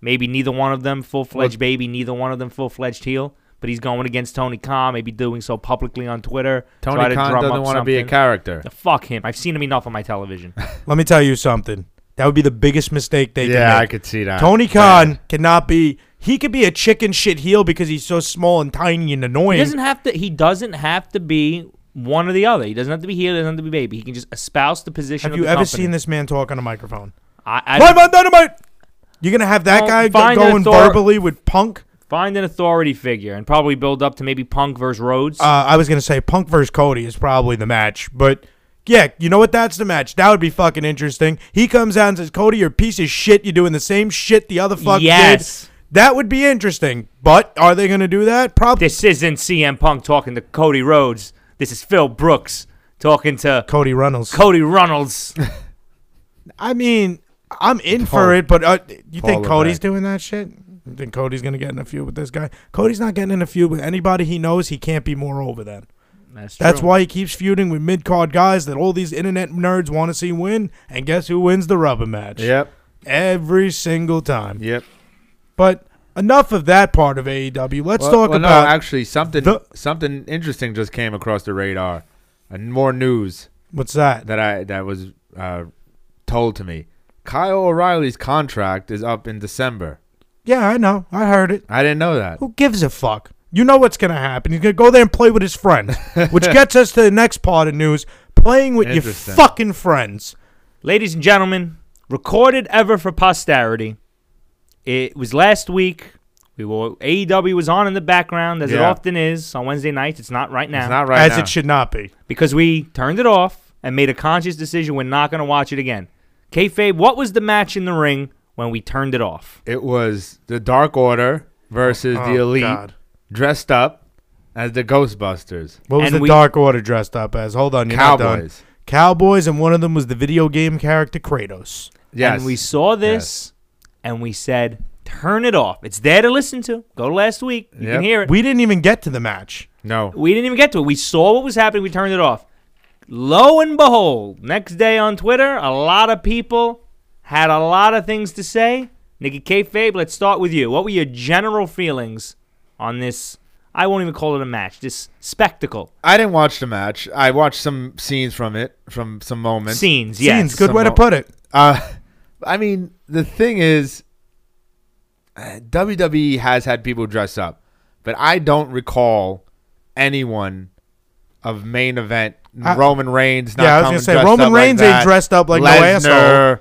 Maybe neither one of them full-fledged baby, neither one of them full-fledged heel. But he's going against Tony Khan, maybe doing so publicly on Twitter. try
Tony
to
Khan
drum
doesn't
up
want to be a
something.
character.
Fuck him. I've seen him enough on my television.
Let me tell you something. That would be the biggest mistake they could
Yeah, I
make.
could see that.
Tony Khan cannot be. He could be a chicken shit heel because he's so small and tiny and annoying.
He doesn't have to. He doesn't have to be one or the other. He doesn't have to be heel. He doesn't have to be baby. He can just espouse the position.
have
of
you
the
ever
company.
seen this man talk on a microphone?
I, I
Live on Dynamite. You're gonna have that
Well,
guy go-
find an
going
author-
verbally with Punk.
find an authority figure and probably build up to maybe Punk versus Rhodes.
Uh, I was gonna say Punk versus Cody is probably the match, but yeah, you know what? That's the match. That would be fucking interesting. He comes out and says, "Cody, you're a piece of shit. You're doing the same shit the other fuck
Yes.
did." That would be interesting, but are they gonna do that? Probably.
this isn't CM Punk talking to Cody Rhodes. This is Phil Brooks talking to
Cody Reynolds.
Cody Runnels.
I mean, I'm in
Paul-
for it, but uh, you
Paul
think Cody's
Levesque.
doing that shit? You think Cody's gonna get in a feud with this guy? Cody's not getting in a feud with anybody he knows. He can't be more over than.
[LAUGHS] That's,
That's
true.
why he keeps feuding with mid card guys that all these internet nerds want to see win. And guess who wins the rubber match?
Yep,
Every single time.
yep.
But enough of that part of AEW. Let's
Well-
talk
well,
about
no, actually something
the-
something interesting just came across the radar, and more news
what's that?
that I that was uh, told to me. Kyle O'Reilly's contract is up in December.
Yeah, I know. I heard it.
I didn't know that.
Who gives a fuck? You know what's going to happen. He's going to go there and play with his
[LAUGHS]
friends, which gets us to the next part of news playing with your
Interesting.
fucking friends.
Ladies and gentlemen, recorded ever for posterity. It was last week. We were AEW was on in the background as it
Yeah.
often is on Wednesday nights. It's not right now.
It's not right
as
now.
it should not be.
because we turned it off and made a conscious decision we're not going to watch it again. Kayfabe, what was the match in the ring when we turned it off?
It was the Dark Order versus the
Oh,
Elite,
God.
dressed up as the Ghostbusters.
What was
And
the
we-
Dark Order dressed up as? Hold on. You're not done.
Cowboys.
Cowboys, and one of them was the video game character Kratos.
Yes,
And we saw this and we said, turn it off. It's there to listen to. Go to last week. You
Yep.
can hear it. We-,
We didn't even get to the match.
no.
didn't even get to it. We saw what was happening. We turned it off. Lo and behold, next day on Twitter, a lot of people had a lot of things to say. Nikki Kayfabe, let's start with you. What were your general feelings on this? I won't even call it a match. This spectacle.
I didn't watch the match. I watched some scenes from it, from some moments.
scenes.
Yeah,
Yes.
Scenes, good way to
Samo-
put it.
Uh, I mean, the thing is, uh, WWE has had people dress up, but I don't recall anyone of main event
I-
Roman Reigns. Not
Yeah, I was
coming
gonna say,
dressed
Roman
up
Reigns
like
ain't
that.
dressed up like no
Lesnar,
asshole.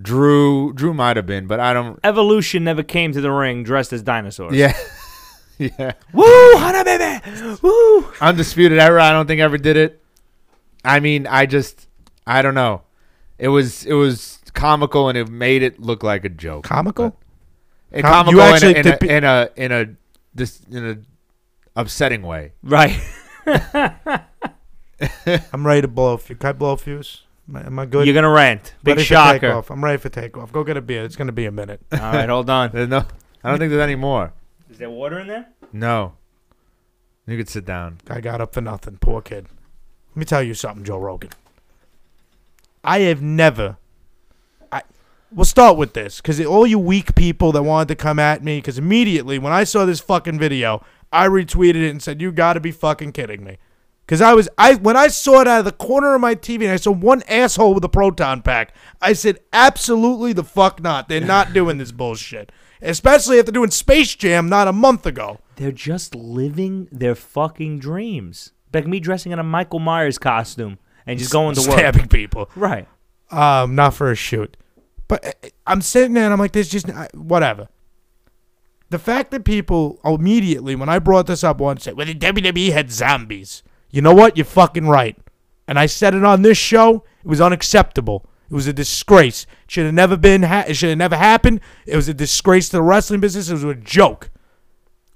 Drew, Drew might have been, but I don't.
Evolution never came to the ring dressed as dinosaurs.
Yeah, [LAUGHS] yeah.
Woo, Hana baby. Woo.
Undisputed era. I don't think ever did it. I mean, I just, I don't know. It was it was comical and it made it look like a joke.
Comical?
And
Com-
comical
you
in, a,
actually
in, a,
depi-
in a in a this in a upsetting way.
Right.
I'm ready to blow a fuse. Can I blow a fuse? Am I, am I good?
You're gonna rant. Big
ready For
shocker.
takeoff. I'm ready for takeoff. Go get a beer. It's going to be a minute.
[LAUGHS] All right, hold on.
There's no, I don't think there's any more.
Is there water in there?
No, you could sit down.
I got up for nothing. Poor kid. Let me tell you something, Joe Rogan. I have never. I we'll start with this because all you weak people that wanted to come at me because immediately when I saw this fucking video, I retweeted it and said, "You got to be fucking kidding me." Because I was I when I saw it out of the corner of my TV and I saw one asshole with a proton pack, I said, "Absolutely the fuck not! They're not doing this bullshit." Especially after doing Space Jam not a month ago.
They're just living their fucking dreams. Like me dressing in a Michael Myers costume and just going to work.
stabbing people.
Right.
um, not for a shoot. But uh, I'm sitting there and I'm like, there's just I- whatever. The fact that people immediately, when I brought this up once, said, well, the WWE had zombies. You know what? You're fucking right. And I said it on this show. It was unacceptable. It was a disgrace. Should have never been. Ha- it should have never happened. It was a disgrace to the wrestling business. It was a joke.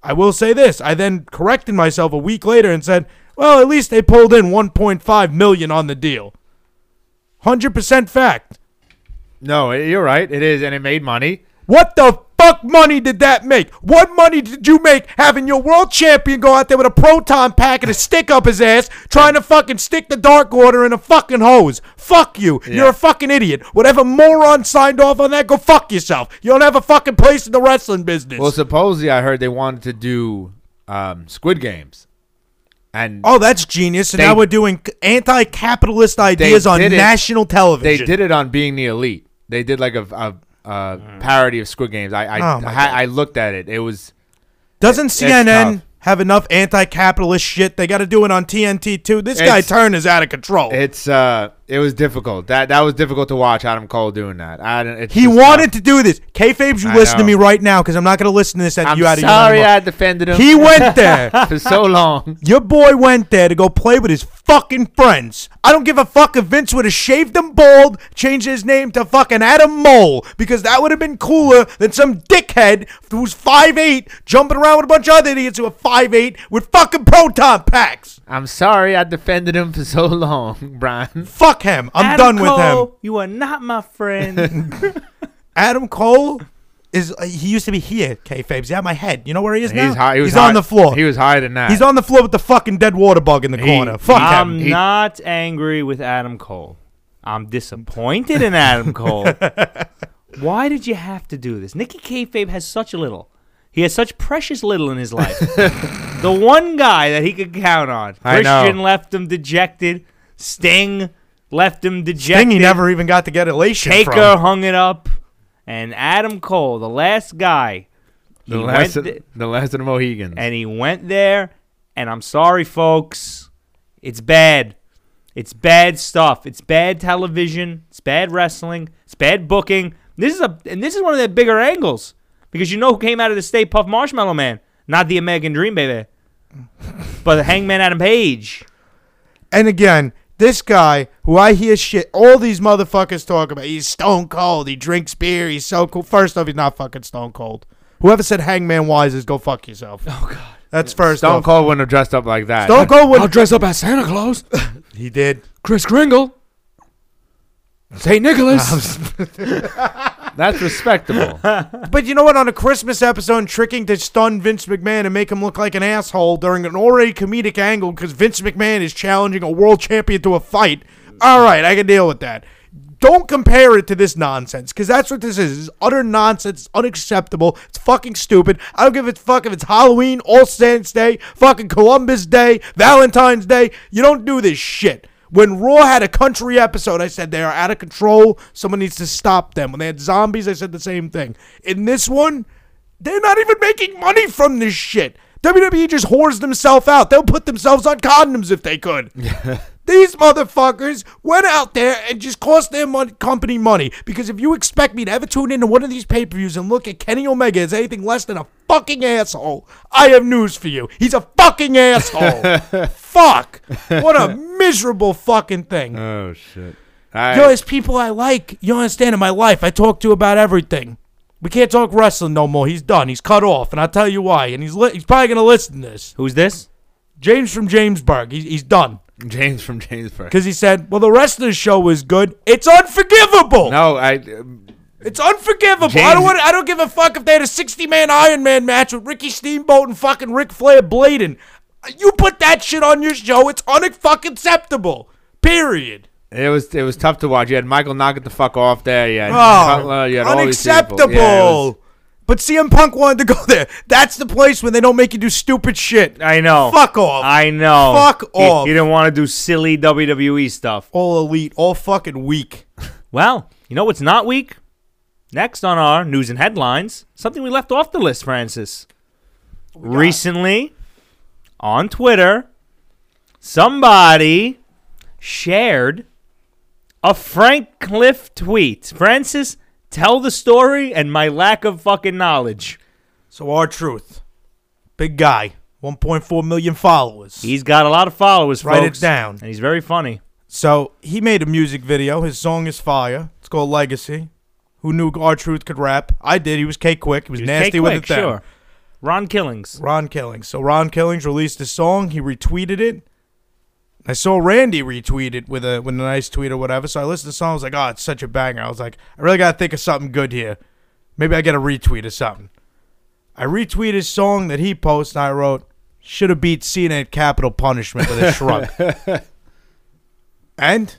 I will say this. I then corrected myself a week later and said, well, at least they pulled in 1.5 million on the deal. 100% fact.
No, you're right. It is, and it made money.
What the fuck money did that make? What money did you make having your world champion go out there with a proton pack and a stick up his ass trying to fucking stick the Dark Order in a fucking hose? Fuck you. You're a fucking idiot. Whatever moron signed off on that, go fuck yourself. You don't have a fucking place in the wrestling business.
Well, supposedly I heard they wanted to do um, Squid Games, and
oh, that's genius. And
They-
now we're doing anti capitalist ideas on
did it.
national
they
television.
did it on Being the Elite. They did like a, a, a parody of Squid Games. I I,
Mm. Oh, my God.
I, I looked at it. It was
Doesn't
it's
CNN
tough.
have enough anti-capitalist shit? They got to do it on TNT too. This guy
It's-
Turner's out of control.
it's uh it was difficult. That that was difficult to watch Adam Cole doing that. I don't, it's
he
just
wanted
tough.
to do this. Kayfabe, you
I
listen to
know.
me right now because I'm not going to listen to this. At
I'm
you out of your
sorry,
own mouth.
I defended him.
He went
[LAUGHS]
there.
for so long.
Your boy went there to go play with his fucking friends. I don't give a fuck if Vince would have shaved him bald, changed his name to fucking Adam Mole, because that would have been cooler than some dickhead who's 5'8 jumping around with a bunch of other idiots who are 5'8 with fucking proton packs.
I'm sorry, I defended him for so long, [LAUGHS] Brian.
Fuck him. I'm done
Adam
with him.
Cole, You are not my friend.
Adam Cole is uh, he used to be here, kayfabe. He's out of my head. You know where he is now?
He's high. He was
he's
high-
on the floor.
He was higher than that.
he's on the floor with the fucking dead water bug in the corner. Fuck him.
I'm
He-
not angry with Adam Cole. I'm disappointed in Adam
[LAUGHS]
Cole. Why did you have to do this? Nikki Kayfabe has such little. He has such precious little in his
[LAUGHS]
life. the one guy that he could count on.
I know.
Christian left him dejected. Sting left him dejected.
Thing he never even got to get elation
Taker
from.
hung it up. And Adam Cole, the last guy. he
the
went
last, of,
th-
the last of the Mohegans.
and he went there and i'm sorry folks it's bad it's bad stuff it's bad television it's bad wrestling it's bad booking this is a and this is one of their bigger angles because you know who came out of the state puff marshmallow man not the american dream baby
[LAUGHS]
but the hangman adam page
And again, this guy who I hear shit, all these motherfuckers talk about. He's stone cold. He drinks beer. He's so cool. First off, he's not fucking stone cold. Whoever said Hangman Wise is go fuck yourself. Oh God. That's first
Stone
off.
Cold wouldn't have dressed up like that.
Stone Cold
I'll
would.
dress up as Santa Claus,
He did.
Chris Kringle, St. Nicholas.
[LAUGHS]
[LAUGHS]
That's respectable.
But you know what? On a Christmas episode, tricking to stun Vince McMahon and make him look like an asshole during an already comedic angle because Vince McMahon is challenging a world champion to a fight. All right, I can deal with that. Don't compare it to this nonsense because that's what this is. It's utter nonsense. It's unacceptable. It's fucking stupid. I don't give a fuck if it's Halloween, All Saints Day, fucking Columbus Day, Valentine's Day. You don't do this shit. When Raw had a country episode, I said they are out of control. Someone needs to stop them. When they had zombies, I said the same thing. In this one, they're not even making money from E this shit. WWE just whores themselves out. They'll put themselves on condoms if they could. These motherfuckers went out there and just cost their mon- company money. Because if you expect me to ever tune into one of these pay per views and look at Kenny Omega as anything less than a fucking asshole, I have news for you. He's a fucking asshole. Fuck. What
[LAUGHS]
a miserable fucking thing.
Oh shit! All right.
Yo, there's people I like. You don't understand in my life. I talk to about everything. We can't talk wrestling no more. He's done. He's cut off, and I'll tell you why. And he's li- he's probably gonna listen to this.
Who's this?
James from Jamesburg. He's he's done
James from Jamesburg.
because he said, "Well, the rest of the show was good. It's unforgivable.
No, I.
It's unforgivable. I
James-
don't want. I don't give a fuck if they had a sixty-man Iron Man match with Ricky Steamboat and fucking Ric Flair blading. You put that shit on your show. It's unfucking acceptable. Period."
It was it was tough to watch. You had Michael knock it the fuck off there. You had
Oh,
Cutler, you had all these people.
unacceptable.
Yeah, it was-
but CM Punk wanted to go there. That's the place when they don't make you do stupid shit.
I know.
Fuck off.
I know.
Fuck
He-
off.
He, didn't want to do silly WWE stuff.
all elite, all fucking weak.
Well, you know what's not weak? Next on our news and headlines, something we left off the list, Francis. Recently, on Twitter, somebody shared a Frank Cliff tweet. Francis, tell the story and my lack of fucking knowledge.
So our truth, big guy, 1.4 million followers.
He's got a lot of followers,
Write it
folks,
down.
And he's very funny.
So he made a music video. His song is fire. It's called Legacy. Who knew our truth could rap? I did. He was K quick. He was nasty
Take
with
quick,
it. Then.
sure. Ron Killings.
Ron Killings. So Ron Killings released a song. He retweeted it. I saw Randy retweet it with a with a nice tweet or whatever. So I listened to the song. I was like, oh, it's such a banger. I was like, I really gotta think of something good here. Maybe I get a retweet or something. I retweeted his song that he posted. And I wrote, should have beat Cena at Capital Punishment
[LAUGHS]
with a shrug. and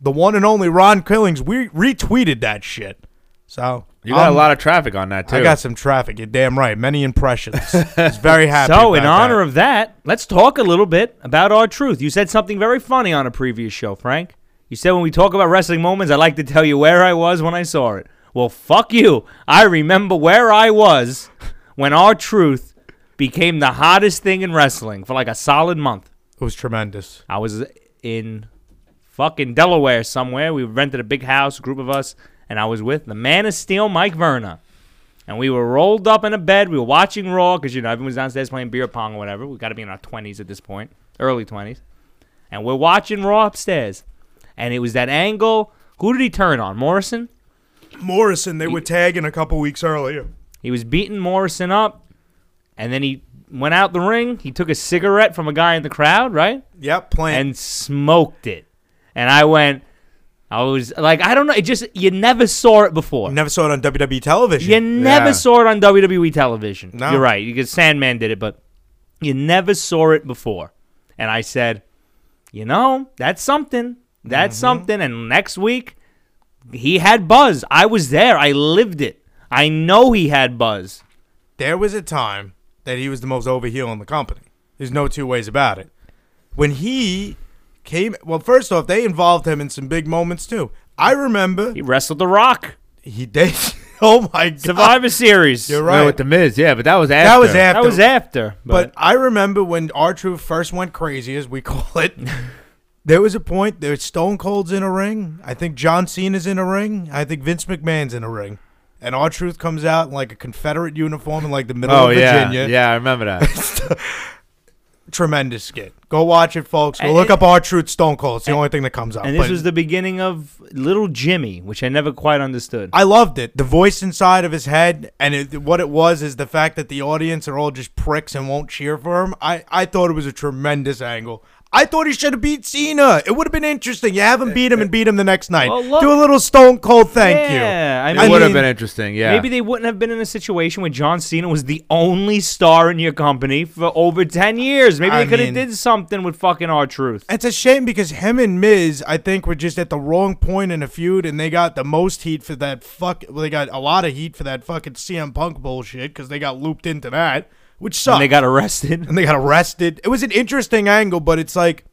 the one and only Ron Killings we retweeted that shit. So
You got
I'm-
a lot of traffic on that too.
Um, I got some traffic. You're damn right. Many
[LAUGHS]
impressions. I was very happy.
So, in
about
honor
that.
of that, let's talk a little bit about our truth. You said something very funny on a previous show, Frank. You said when we talk about wrestling moments, I like to tell you where I was when I saw it. Well, fuck you. I remember where I was when our truth became the hottest thing in wrestling for like a solid month.
it was tremendous.
I was in fucking Delaware somewhere. We rented a big house, group of us, and I was with the Man of Steel, Mike Verna. And we were rolled up in a bed. We were watching Raw because, you know, everyone's downstairs playing beer pong or whatever. we got to be in our 20s at this point, early 20s. And we're watching Raw upstairs. And it was that angle. Who did he turn on? Morrison?
Morrison, they were tagging a couple weeks earlier.
He was beating Morrison up. And then he went out the ring. He took a cigarette from a guy in the crowd, right?
Yep, playing.
and smoked it. And I went, I was like, I don't know. It just, you never saw it before.
never saw it on WWE television.
You never
Yeah.
saw it on WWE television.
No.
You're right. Because Sandman did it, but you never saw it before. And I said, you know, that's something. That's
Mm-hmm.
something. And next week, he had buzz. I was there. I lived it. I know he had buzz.
there was a time that he was the most over heel in the company. There's no two ways about it. When he came, well, first off, they involved him in some big moments too. I remember
He wrestled The Rock.
he [LAUGHS] did. Oh my god!
Survivor Series.
[LAUGHS] You're
Right.
right.
with the Miz, yeah, but that was after.
that was after.
That was after.
But
But,
I remember when R Truth first went crazy, as we [LAUGHS] call it. there was a point. There Stone Cold's in a ring. I think John Cena's in a ring. I think Vince McMahon's in a ring. And R Truth comes out in like a Confederate uniform in like the middle
Oh
of
yeah,
Virginia.
yeah, I remember that.
Tremendous skit. Go watch it, folks. Go
And-
look up R Truth Stone Cold. It's the only thing that comes up.
And this
But
was the beginning of Little Jimmy, which I never quite understood.
I loved it. The voice inside of his head, and it, what it was is the fact that the audience are all just pricks and won't cheer for him. I, I thought it was a tremendous angle. I thought he should have beat Cena. It would have been interesting. You have him beat him and beat him the next night.
Well, look-
Do a little Stone Cold thank you.
yeah, I
I
mean,
It would have
mean-
been interesting. Yeah,
maybe they wouldn't have been in a situation where John Cena was the only star in your company for over ten years. Maybe
I
they could have
mean-
did something with fucking our truth.
It's a shame because him and Miz, I think, were just at the wrong point in a feud, and they got the most heat for that fuck. Well, they got a lot of heat for that fucking CM Punk bullshit because they got looped into that, which sucks.
And they
[LAUGHS]
got arrested.
and they got arrested. It was an interesting angle, but it's like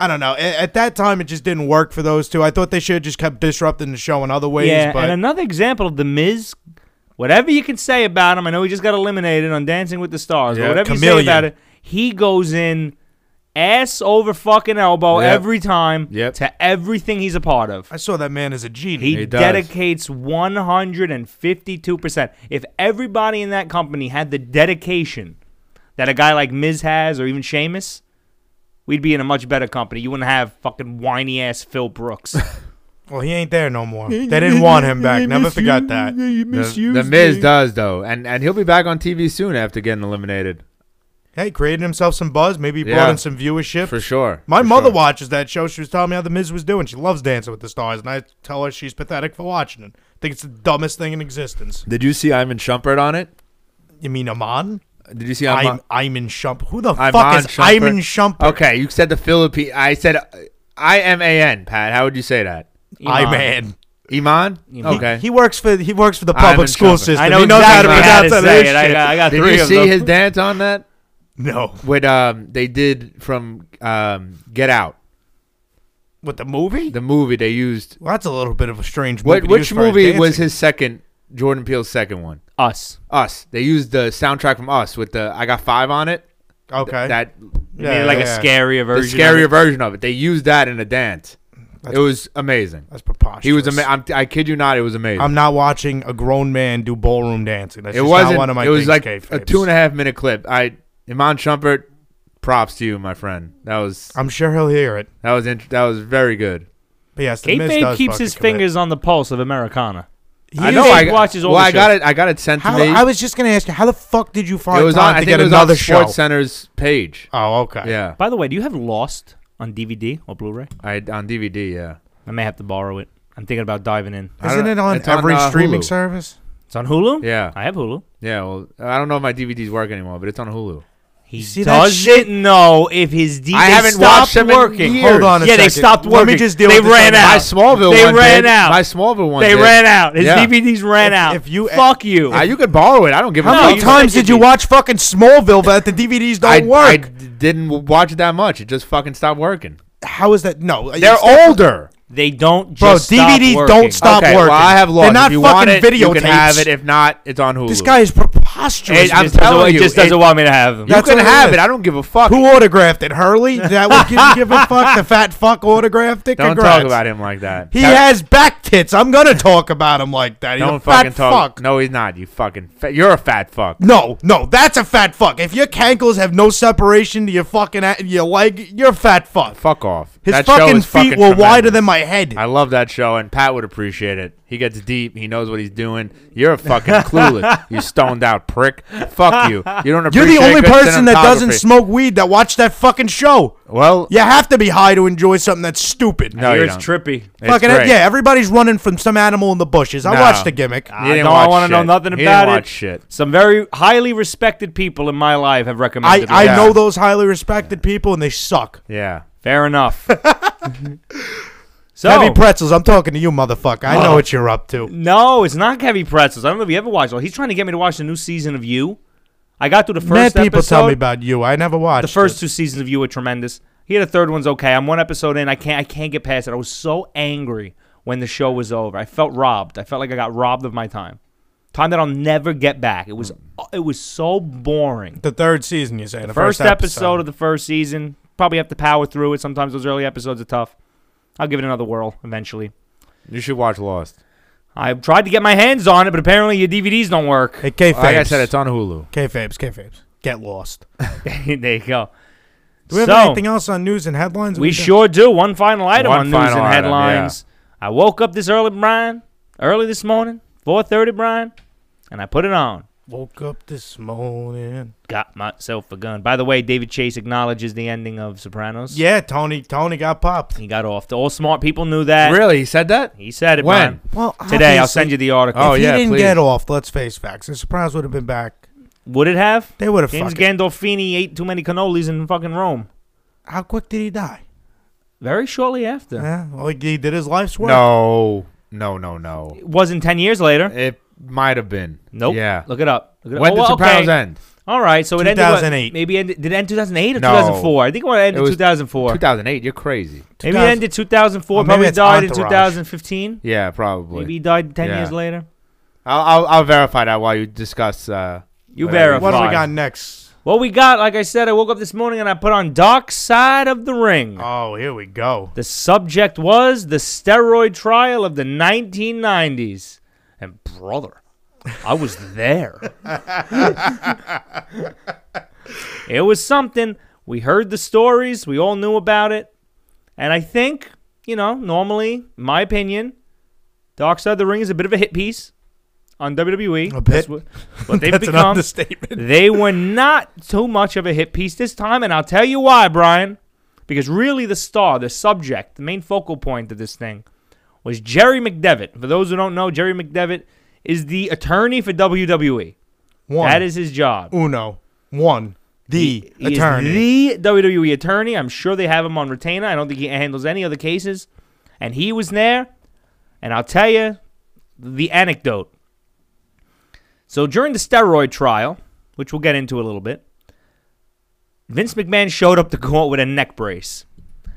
I don't know. A- At, that time, it just didn't work for those two. I thought they should have just kept disrupting the show in other ways.
yeah,
but
and another example of the Miz. Whatever you can say about him, I know he just got eliminated on Dancing with the Stars, but
Yeah,
whatever you say
chameleon.
about it, he goes in ass over fucking elbow
Yep.
every time
Yep.
to everything he's a part of.
I saw that man as a genie.
He
He does.
dedicates 152%. If everybody in that company had the dedication that a guy like Miz has or even Sheamus, we'd be in a much better company. You wouldn't have fucking whiny ass Phil Brooks.
well, he ain't there no more. They didn't want him back. Never forgot that.
The, the Miz does though, and and he'll be back on TV soon after getting eliminated
Hey, created himself some buzz. Maybe he brought
Yeah.
in some viewership.
for sure.
My
for
mother
sure.
watches that show. She was telling me how the Miz was doing. She loves Dancing with the Stars, and I tell her she's pathetic for watching it. I think it's the dumbest thing in existence.
Did you see Ivan Shumpert on it?
You mean Iman?
Did you see
I'm,
Ivan?
I'm, in Shump. Who the
Iman
fuck is
Shumpert.
Iman Shumpert?
Okay, you said the Philippine. I said uh, I M A N. Pat, how would you say that?
Iman.
Iman.
Iman.
Okay.
He works for he works for the
Iman
public school
Shumpert.
system.
I know
he knows
exactly
how to
how to
pronounce
say
that
it. I
shit.
got, I got
Did
three
you
of
see
them.
his dance on that?
No,
What um they did from um Get Out,
with the movie?
the movie they used.
well, that's a little bit of a strange movie.
What
to use
which
for a
movie was
dancing.
his second? Jordan Peele's second one.
Us.
Us. They used the soundtrack from Us with the I Got Five on it.
Okay,
That
They made it like a scarier
the
version.
scarier
of it.
version of it. They used that in a dance. it was amazing.
That's preposterous.
He was ama- I'm, I kid you not, it was amazing.
I'm not watching a grown man do ballroom dancing. That's
it
just
wasn't.
not one of my
it was
things,
like a
kayfabes.
two and a half minute clip. I Iman Shumpert, props to you, my friend. That was
I'm sure he'll hear it.
that was int- that was very good.
But yes, the Miz
Kayfabe
does
keeps
fucking
his
commit.
fingers on the pulse of Americana.
I
is-
know.
He
I
watches all
well,
the
I got
shows.
it. I got it sent to
How,
me.
I was just gonna ask you, how the fuck did you find
it was
time
on. I
to
think
get
it was
another
on
show?
Sports Center's page.
Oh, okay.
Yeah,
By the way, do you have Lost on DVD or Blu-ray?
I on DVD. Yeah,
I may have to borrow it. I'm thinking about diving in.
I
Isn't
don't-
it on
it's
every
uh,
streaming
Hulu.
service?
It's on Hulu?
Yeah,
I have Hulu.
yeah. Well, I don't know if my DVDs work anymore, but it's on Hulu.
He
see that shit?
doesn't know if his DVD
I haven't watched
stopped
them in
working.
years. Hold
on a
yeah, they
second.
stopped
Let me
working.
just deal
they
with this
ran
on-
out.
My Smallville
They
one
ran
did.
out.
My Smallville one.
they
did.
ran out. His
Yeah.
DVDs ran
If-
out.
if you-
fuck you.
Uh, you could borrow it. I don't give
How
a
No,
many
you
fuck.
times
said
did
you
you
did.
watch fucking Smallville that the DVDs don't
I, I
work?
d- didn't w- watch it that much. It just fucking stopped working.
How is that? No,
They're
it's not-
older.
they don't
Bro,
just stop
DVDs
working.
don't stop-
okay,
working.
Well, I have
They're
lost.
not
if you want
fucking
it, you
videotapes.
can have it. If not, it's on Hulu.
This guy is preposterous.
It,
I'm
just doesn't,
telling
it
you,
just doesn't
it-
want me to have them.
you
That's
can
what it
have
is.
it. I don't give a fuck.
Who autographed it? Hurley? That would
[LAUGHS]
give, give a fuck. The fat fuck autographed it.
don't
Congrats.
talk about him like that.
He
That-
has back tits. I'm gonna talk about him like that. He's a
Don't
fat
fucking talk.
fuck.
No, he's not. You fucking. Fa- you're a fat fuck.
No, no, that's a fat fuck. If your cankles have no separation to your fucking a- your leg, you're a fat fuck.
Fuck off.
His
that show
fucking
is
feet
fucking
were wider
tremendous.
than my head.
I love that show, and Pat would appreciate it. He gets deep. He knows what he's doing. You're a fucking
[LAUGHS]
clueless. You stoned out prick. Fuck you. You don't
You're
appreciate.
the only
good
person that doesn't
cinematography.
smoke weed that watched that fucking show.
Well,
You have to be high to enjoy something that's stupid.
No, you
Here's
don't.
trippy.
It's
fucking
great.
yeah, everybody's running from some animal in the bushes. I
No.
watched the gimmick.
He didn't
I don't
watch
want to know
shit.
nothing
He
about
didn't
it.
watch shit.
Some very highly respected people in my life have
I,
recommended.
I
it.
Yeah.
know those highly respected people and they suck.
Yeah.
[LAUGHS]
Fair enough. so
Heavy pretzels, I'm talking to you, motherfucker. I
Oh.
know what you're up to.
No, it's not Kevin Pretzels. I don't know if you ever watched it. He's trying to get me to watch the new season of You. I got through the
Mad
first
people
episode.
tell me about you. I never watched
the first two seasons of You were tremendous. Here, the third one's okay. I'm one episode in. I can't. I can't get past it. I was so angry when the show was over. I felt robbed. I felt like I got robbed of my time. Time that I'll never get back. It was.
Hmm.
uh, It was so boring.
it. the third season. You say the
First, episode. of the first season. Probably have to power through it. Sometimes those early episodes are tough. I'll give it another whirl eventually.
You should watch Lost.
I tried to get my hands on it, but apparently your DVDs don't work.
Hey, kayfabe.
Like I said, it's on Hulu.
Kayfabes, kayfabes. Get lost.
[LAUGHS] there you go.
Do we have
So-
anything else on news and headlines?
We
can-
sure do. One final item
One
on news
final
and
item,
headlines. I woke up this early, Brian. Early this morning, 4:30, Brian, and I put it on.
Woke up this morning.
Got myself a gun. By the way, David Chase acknowledges the ending of Sopranos.
Yeah, Tony. Tony got popped.
he got off. The all smart people knew that.
Really? He said that?
He said it,
When?
Well,
Brian. Today, I'll send you the article.
Oh,
if
yeah,
he didn't
please.
get off, let's face facts. The Sopranos would have been back.
Would it have?
They would have
James
fucking.
Gandolfini ate too many cannolis in fucking Rome.
How quick did he die?
Very shortly after.
Yeah, well, he- he did his life's work.
No. No, no, no.
It wasn't 10 years later.
It might have been.
Nope.
Yeah.
Look it up. Look it up.
when
Oh,
did
well,
Sopranos
okay.
end?
All right, so it ended. what-
2008.
Maybe ended, did it end 2008 or
No.
2004? I think it ended
It was
2004.
2008. You're crazy.
Maybe
2000
it ended 2004.
Or maybe
probably
it's
died in
Entourage.
2015.
Yeah, probably.
Maybe he died 10
Yeah.
years later.
I'll, I'll I'll verify that while you discuss. Uh,
You
Whatever.
verify.
What do we got next?
What we got, like I said, I woke up this morning and I put on Dark Side of the Ring.
Oh, here we go.
The subject was the steroid trial of the 1990s. And brother, I was
[LAUGHS]
there. it was something. We heard the stories, we all knew about it. And I think, you know, normally, in my opinion, Dark Side of the Ring is a bit of a hit piece on WWE.
A bit.
That's what, what they've
[LAUGHS] That's an
become.
understatement.
[LAUGHS] They were not too much of a hit piece this time, and I'll tell you why, Brian. Because really, the star, the subject, the main focal point of this thing was Jerry McDevitt. For those who don't know, Jerry McDevitt is the attorney for WWE.
One.
That is his job.
Uno. One. The
He is
attorney.
the WWE attorney. I'm sure they have him on retainer. I don't think he handles any other cases. And he was there. And I'll tell you the anecdote. So during the steroid trial, which we'll get into a little bit, Vince McMahon showed up to court with a neck brace.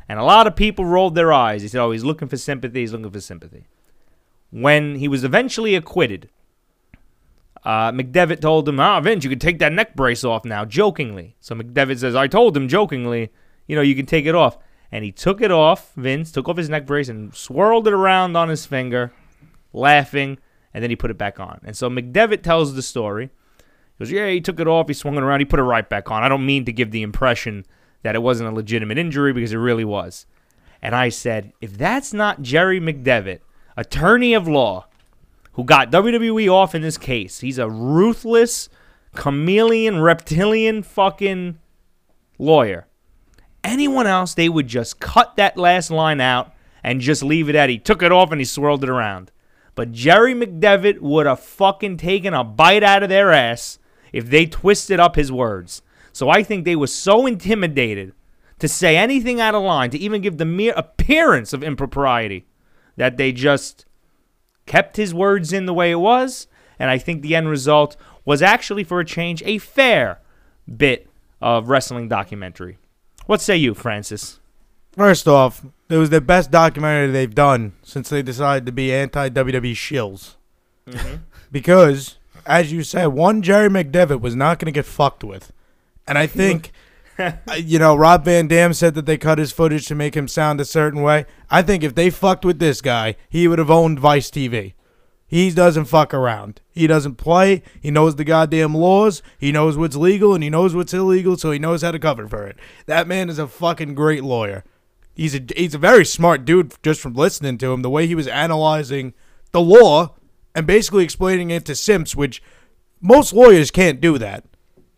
And a lot of people rolled their eyes. He said, Oh, he's looking for sympathy. He's looking for sympathy. When he was eventually acquitted, uh, McDevitt told him, ah, Vince, you can take that neck brace off now, jokingly. So McDevitt says, I told him jokingly, you know, you can take it off. And he took it off, Vince took off his neck brace and swirled it around on his finger, laughing, and then he put it back on. And so McDevitt tells the story. He goes, Yeah, he took it off, he swung it around, he put it right back on. I don't mean to give the impression that it wasn't a legitimate injury because it really was. And I said, If that's not Jerry McDevitt, attorney of law, who got WWE off in this case. He's a ruthless, chameleon, reptilian fucking lawyer. Anyone else, they would just cut that last line out and just leave it at he took it off and he swirled it around. But Jerry McDevitt would have fucking taken a bite out of their ass if they twisted up his words. So I think they were so intimidated to say anything out of line, to even give the mere appearance of impropriety, that they just kept his words in the way it was, and I think the end result was actually, for a change, a fair bit of wrestling documentary. What say you, Francis?
First off, it was the best documentary they've done since they decided to be anti WWE shills.
Mm-hmm.
[LAUGHS] because, as you said, one Jerry McDevitt was not going to get fucked with. And I think, uh, you know, Rob Van Dam said that they cut his footage to make him sound a certain way. I think if they fucked with this guy, he would have owned Vice TV. He doesn't fuck around. He doesn't play. He knows the goddamn laws. He knows what's legal and he knows what's illegal, so he knows how to cover for it. That man is a fucking great lawyer. He's a he's a very smart dude just from listening to him. The way he was analyzing the law and basically explaining it to simps, which most lawyers can't do that.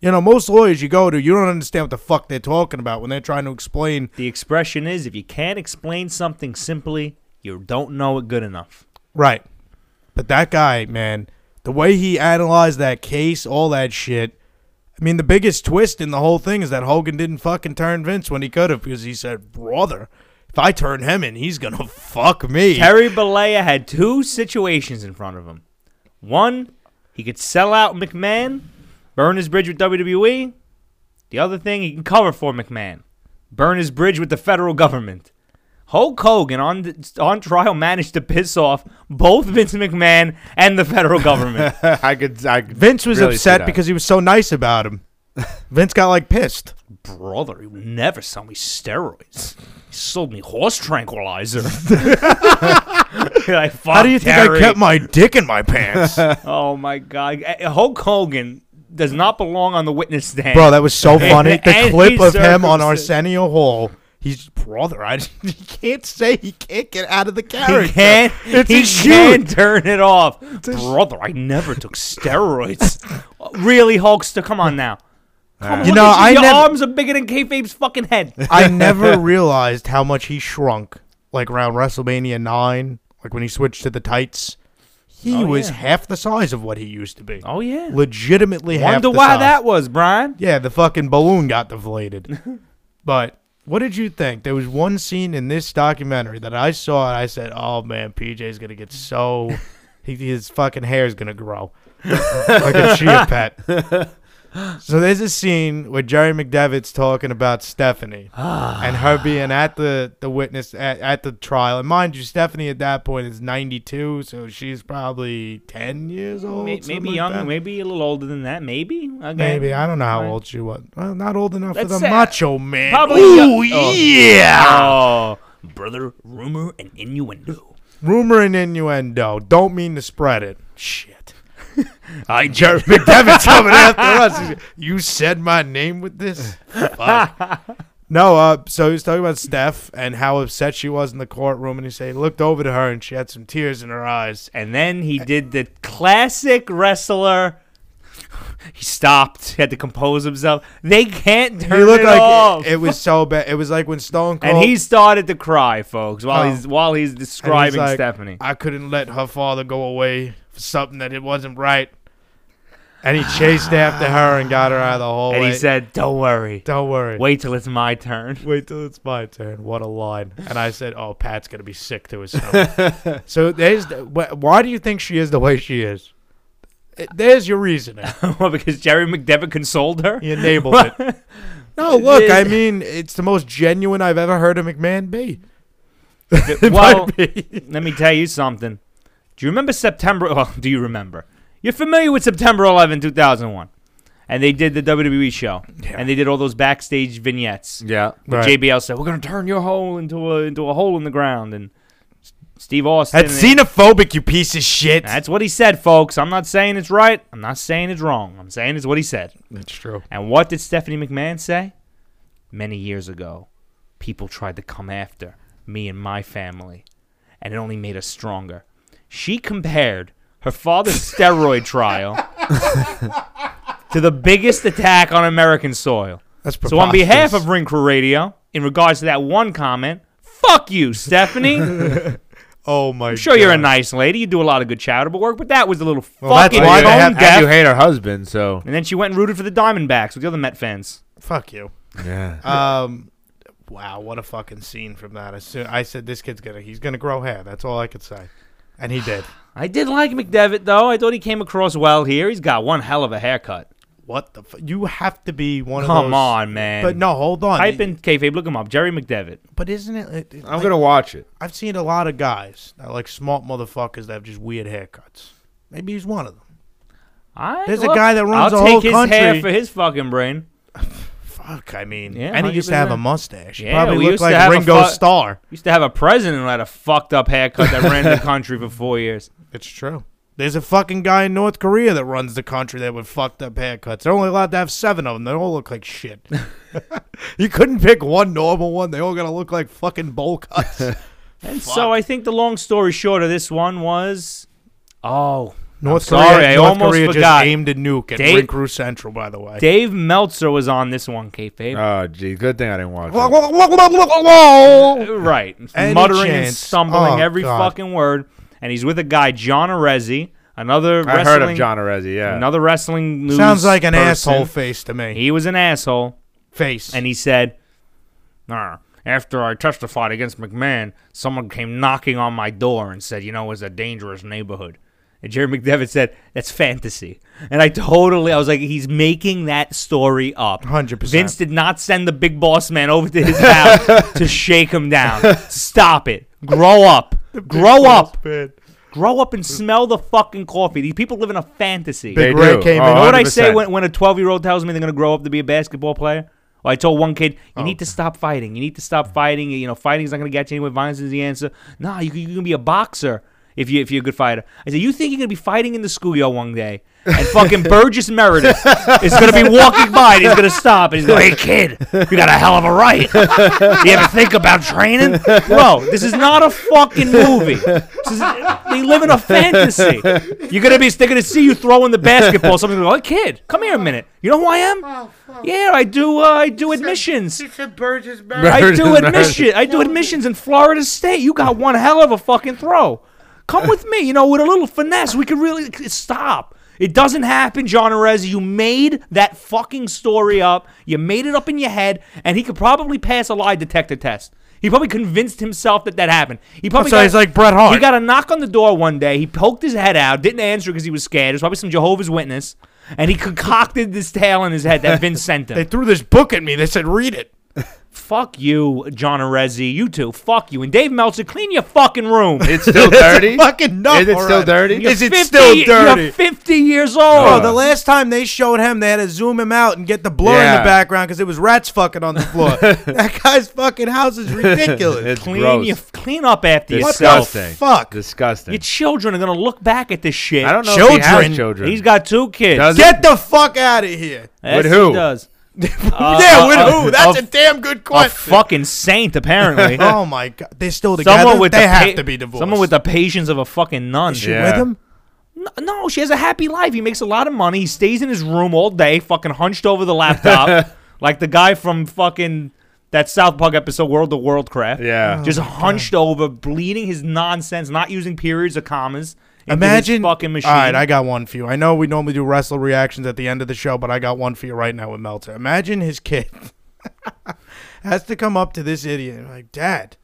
You know, most lawyers you go to, you don't understand what the fuck they're talking about when they're trying to explain
The expression is if you can't explain something simply, you don't know it good enough.
Right. But that guy, man, the way he analyzed that case, all that shit. I mean, the biggest twist in the whole thing is that Hogan didn't fucking turn Vince when he could have because he said, brother, if I turn him in, he's going to [LAUGHS] fuck me.
Terry Bollea had two situations in front of him. One, he could sell out McMahon, burn his bridge with WWE. The other thing, he can cover for McMahon, burn his bridge with the federal government. Hulk Hogan on on trial managed to piss off both Vince McMahon and the
[LAUGHS]
federal government.
[LAUGHS] I could. I could
Vince was
really see
upset
that.
because he was so nice about
[LAUGHS]
him. Vince got like pissed.
Brother, he would never sell me steroids. He sold me horse
[LAUGHS]
tranquilizer. [LAUGHS] Like,
How do you
"Fuck
think I
Terry."
kept my dick in my pants?
[LAUGHS]
Bro,
Oh my God! Uh, Hulk Hogan does not belong on the witness stand.
that was so funny. The
And
clip
he's
of him on
circumcised.
Arsenio Hall. He's brother. I [LAUGHS] he can't say he can't get out of the character.
he can't.
It's
he
his
can't [LAUGHS] turn it off, brother. I never took steroids. [LAUGHS] really, Hulkster? Come on now. Come
You
look
know,
at
I
your
never-
arms are bigger than kayfabe's fucking
[LAUGHS]
head.
I never realized how much he shrunk, like around WrestleMania nine, like when he switched to the tights. He
Oh,
was
yeah.
half the size of what he used to be.
Oh yeah.
Legitimately half
Wonder
the
why
size.
that was, Brian.
Yeah, the fucking balloon got deflated. [LAUGHS] but what did you think? There was one scene in this documentary that I saw and I said, "Oh man, PJ's gonna get [LAUGHS]
[LAUGHS] [LAUGHS]
so he, his fucking hair's gonna grow like a chia pet." So there's a scene where Jerry McDevitt's talking about Stephanie
Ah.
and her being at the the witness at, at the trial. And mind you, Stephanie at that point is 92, so she's probably 10 years old.
May-
something
maybe
like
young,
that.
maybe a little older than that. Maybe. Okay.
Maybe I don't know how
Right.
old she was. Well, not old enough
Let's
for the
say-
macho man.
probably
Ooh,
yo- oh.
yeah.
Oh, brother, rumor and
[LAUGHS]
innuendo.
Rumor and innuendo. Don't mean to spread it. [LAUGHS] Shit.
I Jerry.
McDevitt's coming after us. He's- You said my name with this.
[LAUGHS]
Fuck. No, uh, so he was talking about Steph and how upset she was in the courtroom, and he said he looked over to her and she had some tears in her eyes.
And then he did the classic wrestler. He stopped. He had to compose himself. They can't turn
he looked
it
like
off.
It, was so bad. It was like when Stone Cold
and he started to cry, folks, while
Oh.
he's while he's
and he's
describing
like,
Stephanie.
I couldn't let her father go away for something that it wasn't right. And he chased after her and got her out of the hallway.
and he said, "Don't worry.
"Don't worry."
Wait till it's my turn." [LAUGHS]
Wait till it's my turn. What a line! And I said, "Oh, Pat's gonna be sick to his stomach." [LAUGHS] so there's the, wh- why do you think she is the way she is? It- There's your reasoning.
well, because Jerry McDevitt consoled her. [LAUGHS]
[LAUGHS] You enabled it. No, look, I mean, it's the most genuine I've ever heard a McMahon be. It
well,
might be.
let me tell you something. Do you remember September? Well, do you remember? You're familiar with September 11, 2001, and they did the WWE show, and they did all those backstage vignettes.
Yeah.
But
Right.
JBL said, "We're gonna turn your hole into a into a hole in the ground," and S- Steve Austin.
that's xenophobic, you piece of shit.
That's what he said, folks. I'm not saying it's right. I'm not saying it's wrong. I'm saying it's what he said.
That's true.
And what did Stephanie McMahon say? Many years ago, people tried to come after me and my family, and it only made us stronger. She compared her father's steroid trial to the biggest attack on American soil.
That's
So, on behalf
preposterous.
of Ring Crew Radio, in regards to that one comment, fuck you, Stephanie. I'm
[LAUGHS] oh my,
sure you're a
God.
nice lady. You do a lot of good charitable work, but that was a little
Well, that's
fucking
why
bone
they have-
And you
deaf.
hate her husband, so
And then she went and rooted for the Diamondbacks with the other Met fans.
Fuck you.
yeah.
Um, wow, what a fucking scene from that. I, said- I said this kid's gonna, he's gonna grow hair. That's all I could say, and he did.
I did like McDevitt though. I thought he came across well here. He's got one hell of a haircut.
[SIGHS] What the? F- you have to be one of those.
Come on, man.
But no, hold on.
type in kayfabe. Look him up. Jerry McDevitt.
But isn't it? it- it-
I'm
like,
gonna watch it.
I've seen a lot of guys that are like smart motherfuckers that have just weird haircuts. Maybe he's one of them.
I,
There's a
look,
guy that runs
I'll
the whole
take his
country.
hair for his fucking brain.
Fuck, I mean,
Yeah,
and he used to have a
100%.
mustache. He
Yeah,
probably
we
looked
used to
like
have a
Ringo
fu-
Starr.
Used to have a president who had a fucked up haircut that
[LAUGHS]
ran the country for four years.
It's true. There's a fucking guy in North Korea that runs the country that with fucked up haircuts. They're only allowed to have seven of them. They all look like shit. you couldn't pick one normal one. They all gotta look like fucking bowl cuts.
And so I think the long story short of this one was, oh,
North
sorry,
Korea,
I
North
almost
Korea just
forgot.
aimed a nuke at
Dave-
Ring Crew Central. By the way,
Dave Meltzer was on this one, kayfabe.
Oh, gee, good thing I didn't watch it.
Whoa.
Uh, Right.
Any
Muttering and
chance.
stumbling
Oh,
every
God.
fucking word. And he's with a guy, John Arezzi, another
I
wrestling,
heard of John Arezzi. Yeah.
another wrestling news.
Sounds like an
person.
asshole face to me.
He was an asshole,
face.
and he said, "Nah, after I testified against McMahon, someone came knocking on my door and said, you know, it's a dangerous neighborhood. And Jerry McDevitt said, that's fantasy. And I totally, I was like, he's making that story up.
100%.
Vince did not send the big boss man over to his house to shake him down. Stop it. Grow up. Grow up. Grow up and smell the fucking coffee. These people live in a fantasy.
Big
They
Ray
do.
came in.
Oh,
You
You know what I
100%.
say when, when a 12 year old tells me they're going to grow up to be a basketball player? Well, I told one kid, you need to stop fighting. You need to stop fighting. You know, fighting's not going to get you anywhere. Violence is the answer. Nah, you, you can be a boxer if, you, if you're a good fighter. I said, you think you're going to be fighting in the schoolyard one day, and fucking Burgess Meredith is going to be walking by, and he's going to stop, and he's going, hey, kid, you got a hell of a right. Do you ever think about training? Bro, this is not a fucking movie. This is, they live in a fantasy. You're gonna be they're gonna see you throwing the basketball. Somebody's gonna go, "Hey, kid, come here a minute. You know who I am? yeah, I do. Uh, I do
[LAUGHS]
admissions. I do admission. I do admissions in Florida State. You got one hell of a fucking throw. Come with me. You know, with a little finesse, we could really stop. It doesn't happen, John Arez. You made that fucking story up. You made it up in your head, and he could probably pass a lie detector test. He probably convinced himself that that happened. He probably
So
got-
he's like Bret Hart.
he got a knock on the door one day. He poked his head out, didn't answer because he was scared. It was probably some Jehovah's Witness. and he concocted this tale in his
[LAUGHS]
head that Vince sent him.
They threw this book at me. They said, read it.
fuck you, John Arezzi. You two, fuck you. And Dave Meltzer, clean your fucking room.
[LAUGHS]
[LAUGHS]
It's still dirty.
Fucking no.
Is it still dirty?
You're
Is it still dirty?
You're 50 years old.
Oh, the last time they showed him, they had to zoom him out and get the blur in
Yeah.
the background because it was rats fucking on the [LAUGHS] floor. that guy's fucking house [LAUGHS] is ridiculous.
It's
clean,
gross.
your- clean up after
What
yourself.
disgusting.
fuck?
Disgusting.
Your children are gonna look back at this shit.
I don't know. Children. If he
Children.
has children.
He's got two kids.
[LAUGHS]
Does
Get the fuck out of here.
Yes,
With who?
He does.
[LAUGHS] yeah,
uh,
with
uh,
who? That's a
a
damn good
A
question.
fucking saint,
[LAUGHS]
apparently.
oh my god, they still together.
[LAUGHS] someone with
they
the
have
pa-
to be divorced.
Someone with the patience of a fucking nun.
Is she
Yeah.
with him.
No, no, she has a happy life. He makes a lot of money. He stays in his room all day, fucking hunched over the
[LAUGHS]
laptop, like the guy from fucking that South Park episode, World of Worldcraft.
Yeah. Oh,
just hunched over, bleeding his nonsense, not using periods or commas. into his
Imagine
fucking machine.
All right, I got one for you. I know we normally do wrestle reactions at the end of the show, but I got one for you right now with Meltzer. Imagine his kid [LAUGHS] has to come up to this idiot like, Dad,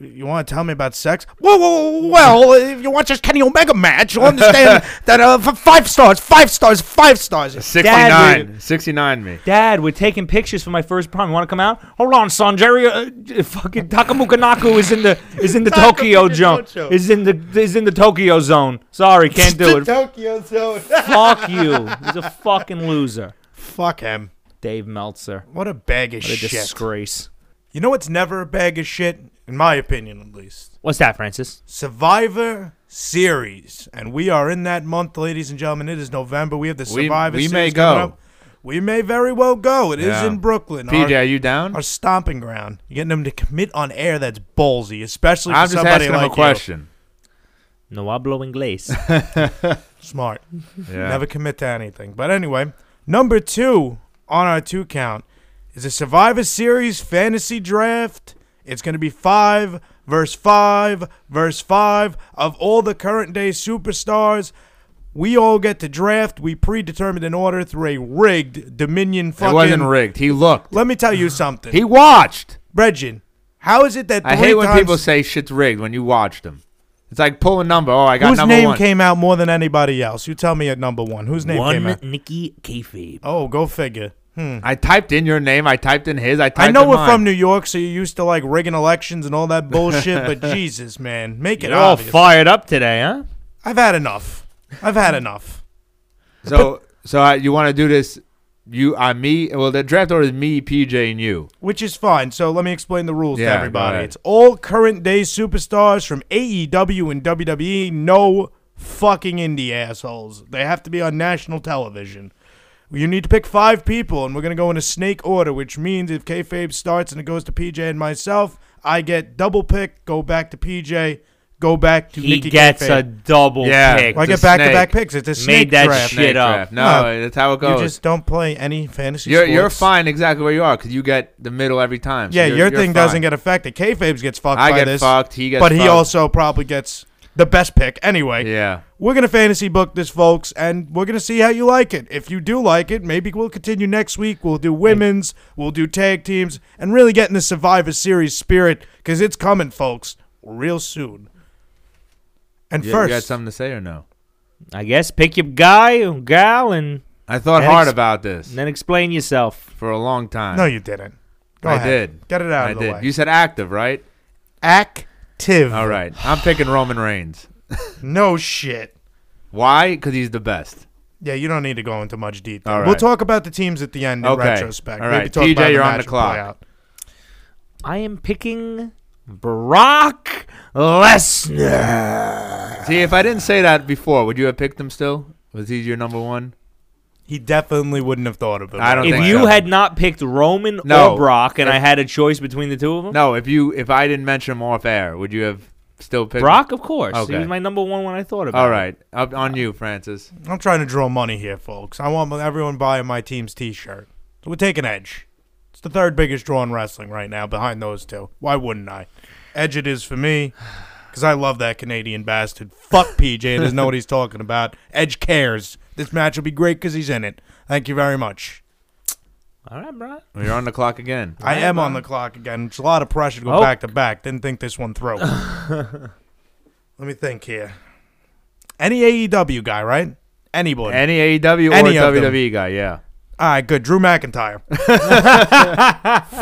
you want to tell me about sex? Whoa, whoa, whoa, well, if you watch this Kenny Omega match, you'll
[LAUGHS]
understand that uh, for five stars, five stars, five stars.
69. 69 me.
Dad, we're taking pictures for my first prom. You want to come out? Hold on, son. Jerry, uh, j- fucking Takamuka Naku is in the is
[LAUGHS]
in the Tokyo
Takamuka
zone.
Naku.
Is in the is in the Tokyo zone. Sorry, can't
[LAUGHS]
do it.
Tokyo Zone.
Fuck you. He's a fucking loser.
Fuck him.
Dave Meltzer.
What a bag of
What a
shit.
disgrace.
You know what's never a bag of shit? In my opinion, at least.
What's that, Francis?
Survivor Series, and we are in that month, ladies and gentlemen. It is November. We have the
We-
Survivor
we
Series.
may
coming
go.
up. We may very well go. It is
Yeah.
in Brooklyn.
PJ,
Our,
are you down?
our stomping ground. You're getting them to commit on air. That's ballsy, especially
I'm
for
just
somebody
asking
like
him a
you.
question.
No hablo
[LAUGHS]
inglés.
Smart.
[LAUGHS] Yeah.
Never commit to anything. But anyway, number two on our two count is a Survivor Series fantasy draft. It's going to be five verse five verse five of all the current day superstars. We all get to draft. We predetermined an order through a rigged Dominion fucking.
it wasn't rigged. He looked.
Let me tell
[SIGHS]
you something,
He watched.
Bredgen. How is it that three
I hate when
times
people say shit's rigged when you watched them. It's like pull a number. Oh, I got
whose
number
name
one.
came out more than anybody else? You tell me at number one whose name came
One
out.
Nikki Kayfabe.
Oh, go figure. Hmm.
I typed in your name. I typed in his. I typed
I know
in
we're
mine.
from New York, so you're used to like rigging elections and all that bullshit. but
[LAUGHS]
Jesus, man, make it
You're all
obvious.
fired up today, huh?
I've had enough. I've had enough.
So, so uh, you want to do this? You, I, me. Well, the draft order is me, PJ, and you.
Which is fine. So let me explain the rules
Yeah,
to
go
everybody.
ahead.
It's all current day superstars from AEW and WWE. No fucking indie assholes. They have to be on national television. You need to pick five people, and we're gonna go in a snake order, which means if kayfabe starts and it goes to PJ and myself, I get double pick, go back to PJ, go back to
He
Nikki
gets
kayfabe.
a double
Yeah.
pick.
Well, I get
It's a
back to back
snake.
picks. It's a snake
that
draft.
shit up.
draft. No,
No.
that's how it
You
goes.
just don't play any fantasy.
You're you're
sports.
fine exactly where you are because you get the middle every time. So
Yeah,
you're-
your
you're
thing
fine.
doesn't get affected. Kayfabe gets fucked
I
by
get
this,
fucked. He gets.
but he
fucked.
also probably gets the best pick anyway.
Yeah.
We're gonna fantasy book this, folks, and we're gonna see how you like it. If you do like it, maybe we'll continue next week. We'll do women's, we'll do tag teams, and really get in the Survivor Series spirit because it's coming, folks, real soon. And
You, you got
first,
something to say or no?
I guess pick your guy or gal and
I thought
That
hard
ex-
about this
then explain yourself.
for a long time.
no, you didn't. Go
I
ahead.
did.
Get it out
I
of the
did.
way.
You said active, right?
Active.
All right. I'm picking Roman Reigns.
No shit.
Why? Because he's the best.
Yeah, you don't need to go into much detail.
All right.
We'll talk about the teams at the end in
Okay.
retrospect.
All
Maybe
right.
talk
TJ,
about
you're on
match
the
and
clock.
play out.
I am picking Brock Lesnar.
See, if I didn't say that before, would you have picked him still? Was he your number one?
He definitely wouldn't have thought of it.
I don't
If
think
you
so.
had not picked Roman
No.
or Brock and
If-
I had a choice between the two of them,
No, if you if I didn't mention him off air, would you have still picked
Brock, of course. He
Okay.
was my number one when I thought about it.
All right, up on you, Francis.
I'm trying to draw money here, folks. I want everyone buying my team's T-shirt. So we take an edge. It's the third biggest draw in wrestling right now, behind those two. Why wouldn't I? Edge it is for me, because I love that Canadian bastard. Fuck [LAUGHS] PJ doesn't know what he's talking about. Edge cares. This match will be great because he's in it. Thank you very much.
All right, Brock.
Well, You're on the clock again.
I am on the clock again. It's a lot of pressure to go
Oh.
back to back. Didn't think this one
[LAUGHS]
through. Let me think here. Any AEW E guy, right? Anybody.
Any AEW
Any
or
of them.
WWE guy, yeah.
All right, good. Drew
[LAUGHS]
McIntyre.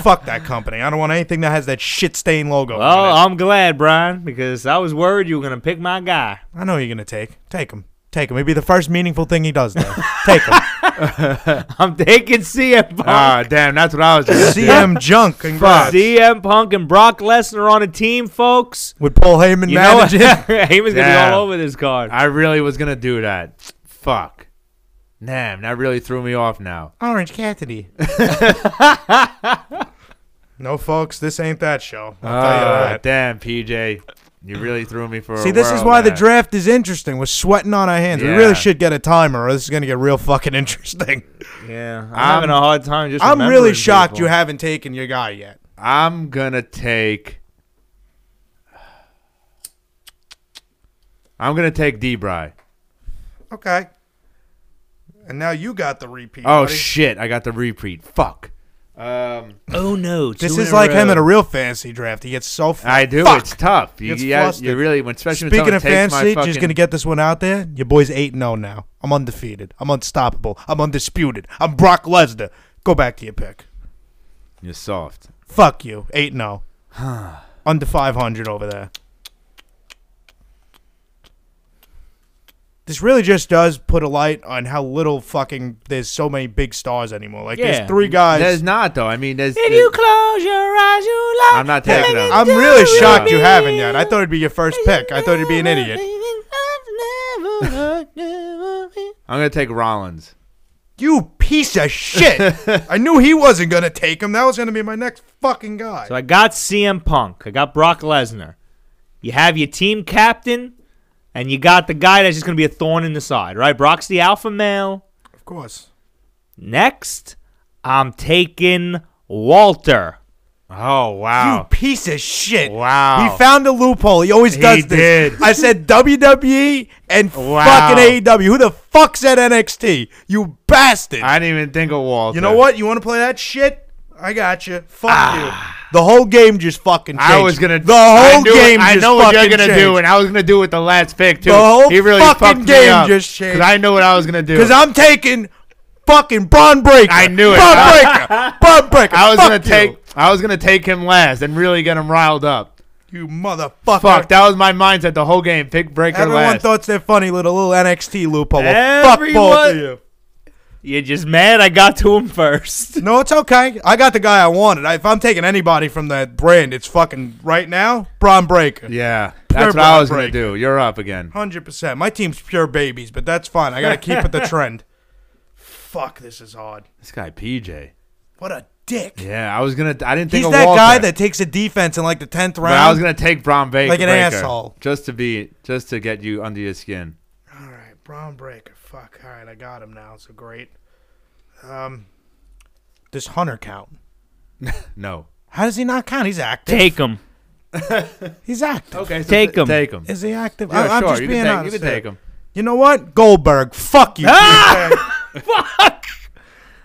Fuck that company. I don't want anything that has that shit stain logo.
Well, uh,
on it.
I'm glad, Brian, because I was worried you were gonna pick my guy. [LAUGHS]
I know you're gonna take. Take him. Take him. It'd be the first meaningful thing he does.
[LAUGHS]
Though. take him.
I'm taking CM Punk.
Ah, damn, that's what I was. Gonna say.
CM Junk. Congrats.
CM Punk and Brock Lesnar on a team, folks.
With Paul Heyman
You know what? [LAUGHS]
managing.
Heyman's gonna be
Yeah.
all over this card.
I really was gonna do that. Fuck. Damn, that really threw me off. Now
[LAUGHS] Orange
[LAUGHS]
Cassidy. no, folks, this ain't that show. I'll tell
Uh,
you
Ah,
that.
damn, PJ, you really threw me for. a
Uh, See, this is
whirl
why the
there.
draft is interesting. We're sweating on our hands. We
Yeah.
really should get a timer, or this is going to get real fucking [LAUGHS] interesting.
yeah, I'm,
I'm-
having a hard time just.
I'm really
remembering
shocked
people.
you haven't taken your guy yet.
I'm gonna take. I'm gonna take D. Bry.
Okay. And now you got the repeat.
Oh
buddy.
shit, I got the repeat. Fuck. Um,
oh no,
This
two
is
in a
like him
row.
in a real fantasy draft. He gets so. F-
I do.
Fuck.
It's tough. You,
Gets
you, yeah,
flustered.
you really, when- especially
Speaking
when
of
someone takes my
fantasy,
fucking,
just gonna get this one out there. Your boy's eight and zero now. I'm undefeated. I'm unstoppable. I'm undisputed. I'm Brock Lesnar. Go back to your pick.
You're soft.
Fuck you. Eight and zero. Under five hundred over there. This really just does put a light on how little fucking there's so many big stars anymore. Like
Yeah.
there's three guys.
There's not though. I mean, there's.
If you close your eyes, you lie.
I'm not taking him.
I'm really shocked you haven't yet. I thought it'd be your first pick. I thought it'd be an idiot.
I'm gonna take Rollins.
You piece of shit. I knew he wasn't gonna take him. That was gonna be my next fucking guy.
So I got CM Punk. I got Brock Lesnar. You have your team captain, and you got the guy that's just going to be a thorn in the side, right? Brock's the alpha male.
of course.
Next, I'm taking Walter.
Oh
You
wow.
piece of shit.
Wow.
He found a loophole. He always
He
does this.
did.
I said WWE and
Wow.
fucking AEW. Who the fuck said NXT? You bastard.
I didn't even think of Walter.
you know what? You want to play that shit? I got you. Fuck you. The whole game just fucking changed.
Ah. I was gonna.
The
I
whole
knew-
game
I
just
know what you're
fucking
gonna do,
changed.
and I was gonna do with the last pick too.
The whole
he really
fucking
fucked me
game
up,
just changed.
'cause I know what I was
[LAUGHS]
gonna do.
Because I'm taking fucking Braun Breaker.
I knew it. [LAUGHS]
Braun Breaker. Braun Breaker.
I was
Fuck
gonna
you.
take. I was gonna take him last and really get him riled up.
You motherfucker.
Fuck, that was my mindset the whole game. Pick breaker
Everyone
last.
thought they're funny little little NXT loophole. Well, fuck both of
Everyone-
you.
You're just mad I got to him [LAUGHS] first.
No, it's okay. I got the guy I wanted. I, if I'm taking anybody from that brand, it's fucking right now, Braun Breaker.
yeah, that's what
Pure
I was
breaker.
gonna do. You're up again.
Hundred percent. My team's pure babies, but that's fine. I gotta keep
[LAUGHS]
with the trend. Fuck, this is hard.
This guy PJ.
What a dick.
Yeah, I was gonna. I didn't think
He's
of
that
Walter,
guy that takes a defense in like the tenth
But I was
round.
gonna take Braun Baker,
Like an
Breaker,
asshole.
just to be, just to get you under your skin.
All right, Braun Breaker. Fuck. All right, I got him now. So great. Um, this Hunter count.
No.
How does he not count? He's active.
Take him.
He's active.
Okay, so
Take
t-
him.
Take him.
Is he active?
Yeah,
I- I'm
sure.
just
you,
being
can take,
honest.
you can
here.
take him. Ah!
You know what? Goldberg. Fuck you.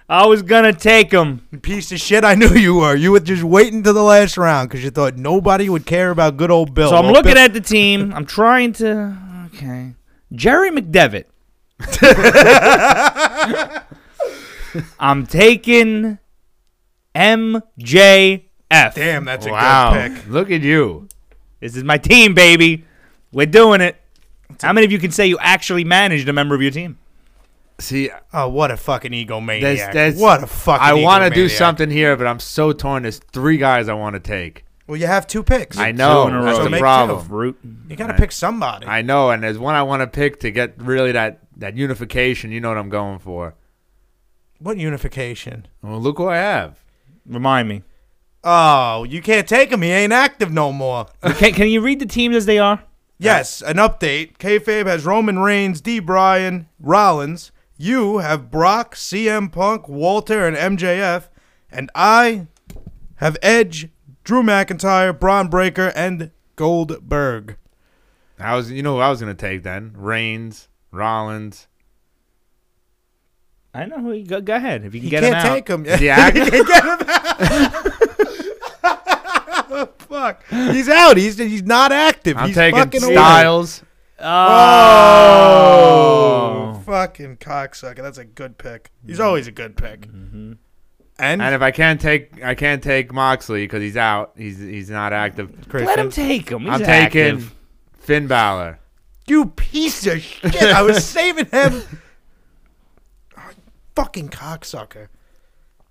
I was going to take him.
Piece of shit, I knew you were. You were just waiting to the last round because you thought nobody would care about good old Bill.
So I'm
Well,
looking
Bill-
at the team. I'm trying to. Okay. Jerry McDevitt. I'm taking MJF.
Damn, that's a
Wow.
good pick.
Look at you.
This is my team, baby. We're doing it. How many of you can say you actually managed a member of your team?
See,
Oh, what a fucking egomaniac!
There's- there's-
what a fucking.
I want to do
egomaniac.
something here, but I'm so torn. There's three guys I want to take.
Well, you have two picks.
I know.
in a row.
That's
So
the
make
problem.
Root.
you got to pick somebody.
I know, and there's one I want to pick to get really that that unification. You know what I'm going for.
what unification?
Well, look who I have.
Remind me.
Oh, you can't take him. He ain't active no more.
Can, can you read the teams as they are?
Yes, an update. Kayfabe has Roman Reigns, D. Bryan, Rollins. You have Brock, CM Punk, Walter, and MJF. And I have Edge, Drew McIntyre, Braun Breaker, and Goldberg.
I was, you know, who I was gonna take then Reigns, Rollins.
I know. who you- Go, go ahead. If you can
You
get
can't
him out.
take him.
Is he active?
Fuck. He's out. He's he's not active.
I'm
he's
taking
fucking away.
Styles.
Oh.
Fucking cocksucker. That's a good pick. He's always a good pick.
Mm-hmm.
And,
And if I can't take, I can't take Moxley because he's out. He's he's not active.
Let him take him. He's
I'm
active.
taking Finn Balor.
you piece of shit. I was saving him. Oh, fucking cocksucker.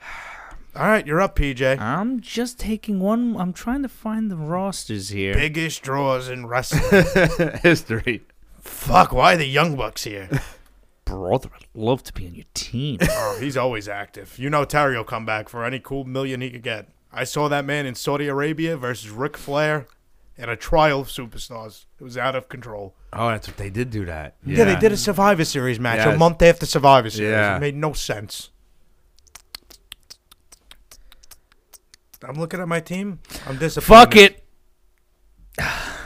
[SIGHS] All right, you're up, PJ.
I'm just taking one. I'm trying to find the rosters here.
Biggest draws in
[LAUGHS]
wrestling.
History.
Fuck, why are the Young Bucks here?
brother, I'd love to be on your [LAUGHS] team.
Oh, he's always active. You know Terry will come back for any cool million he could get. I saw that man in Saudi Arabia versus Ric Flair in a trial of superstars. It was out of control.
Oh, that's what they did do that.
Yeah, they did a Survivor Series match a
Yes.
month after Survivor Series.
Yeah.
It made no sense. I'm looking at my team. I'm disappointed.
Fuck it. [SIGHS] I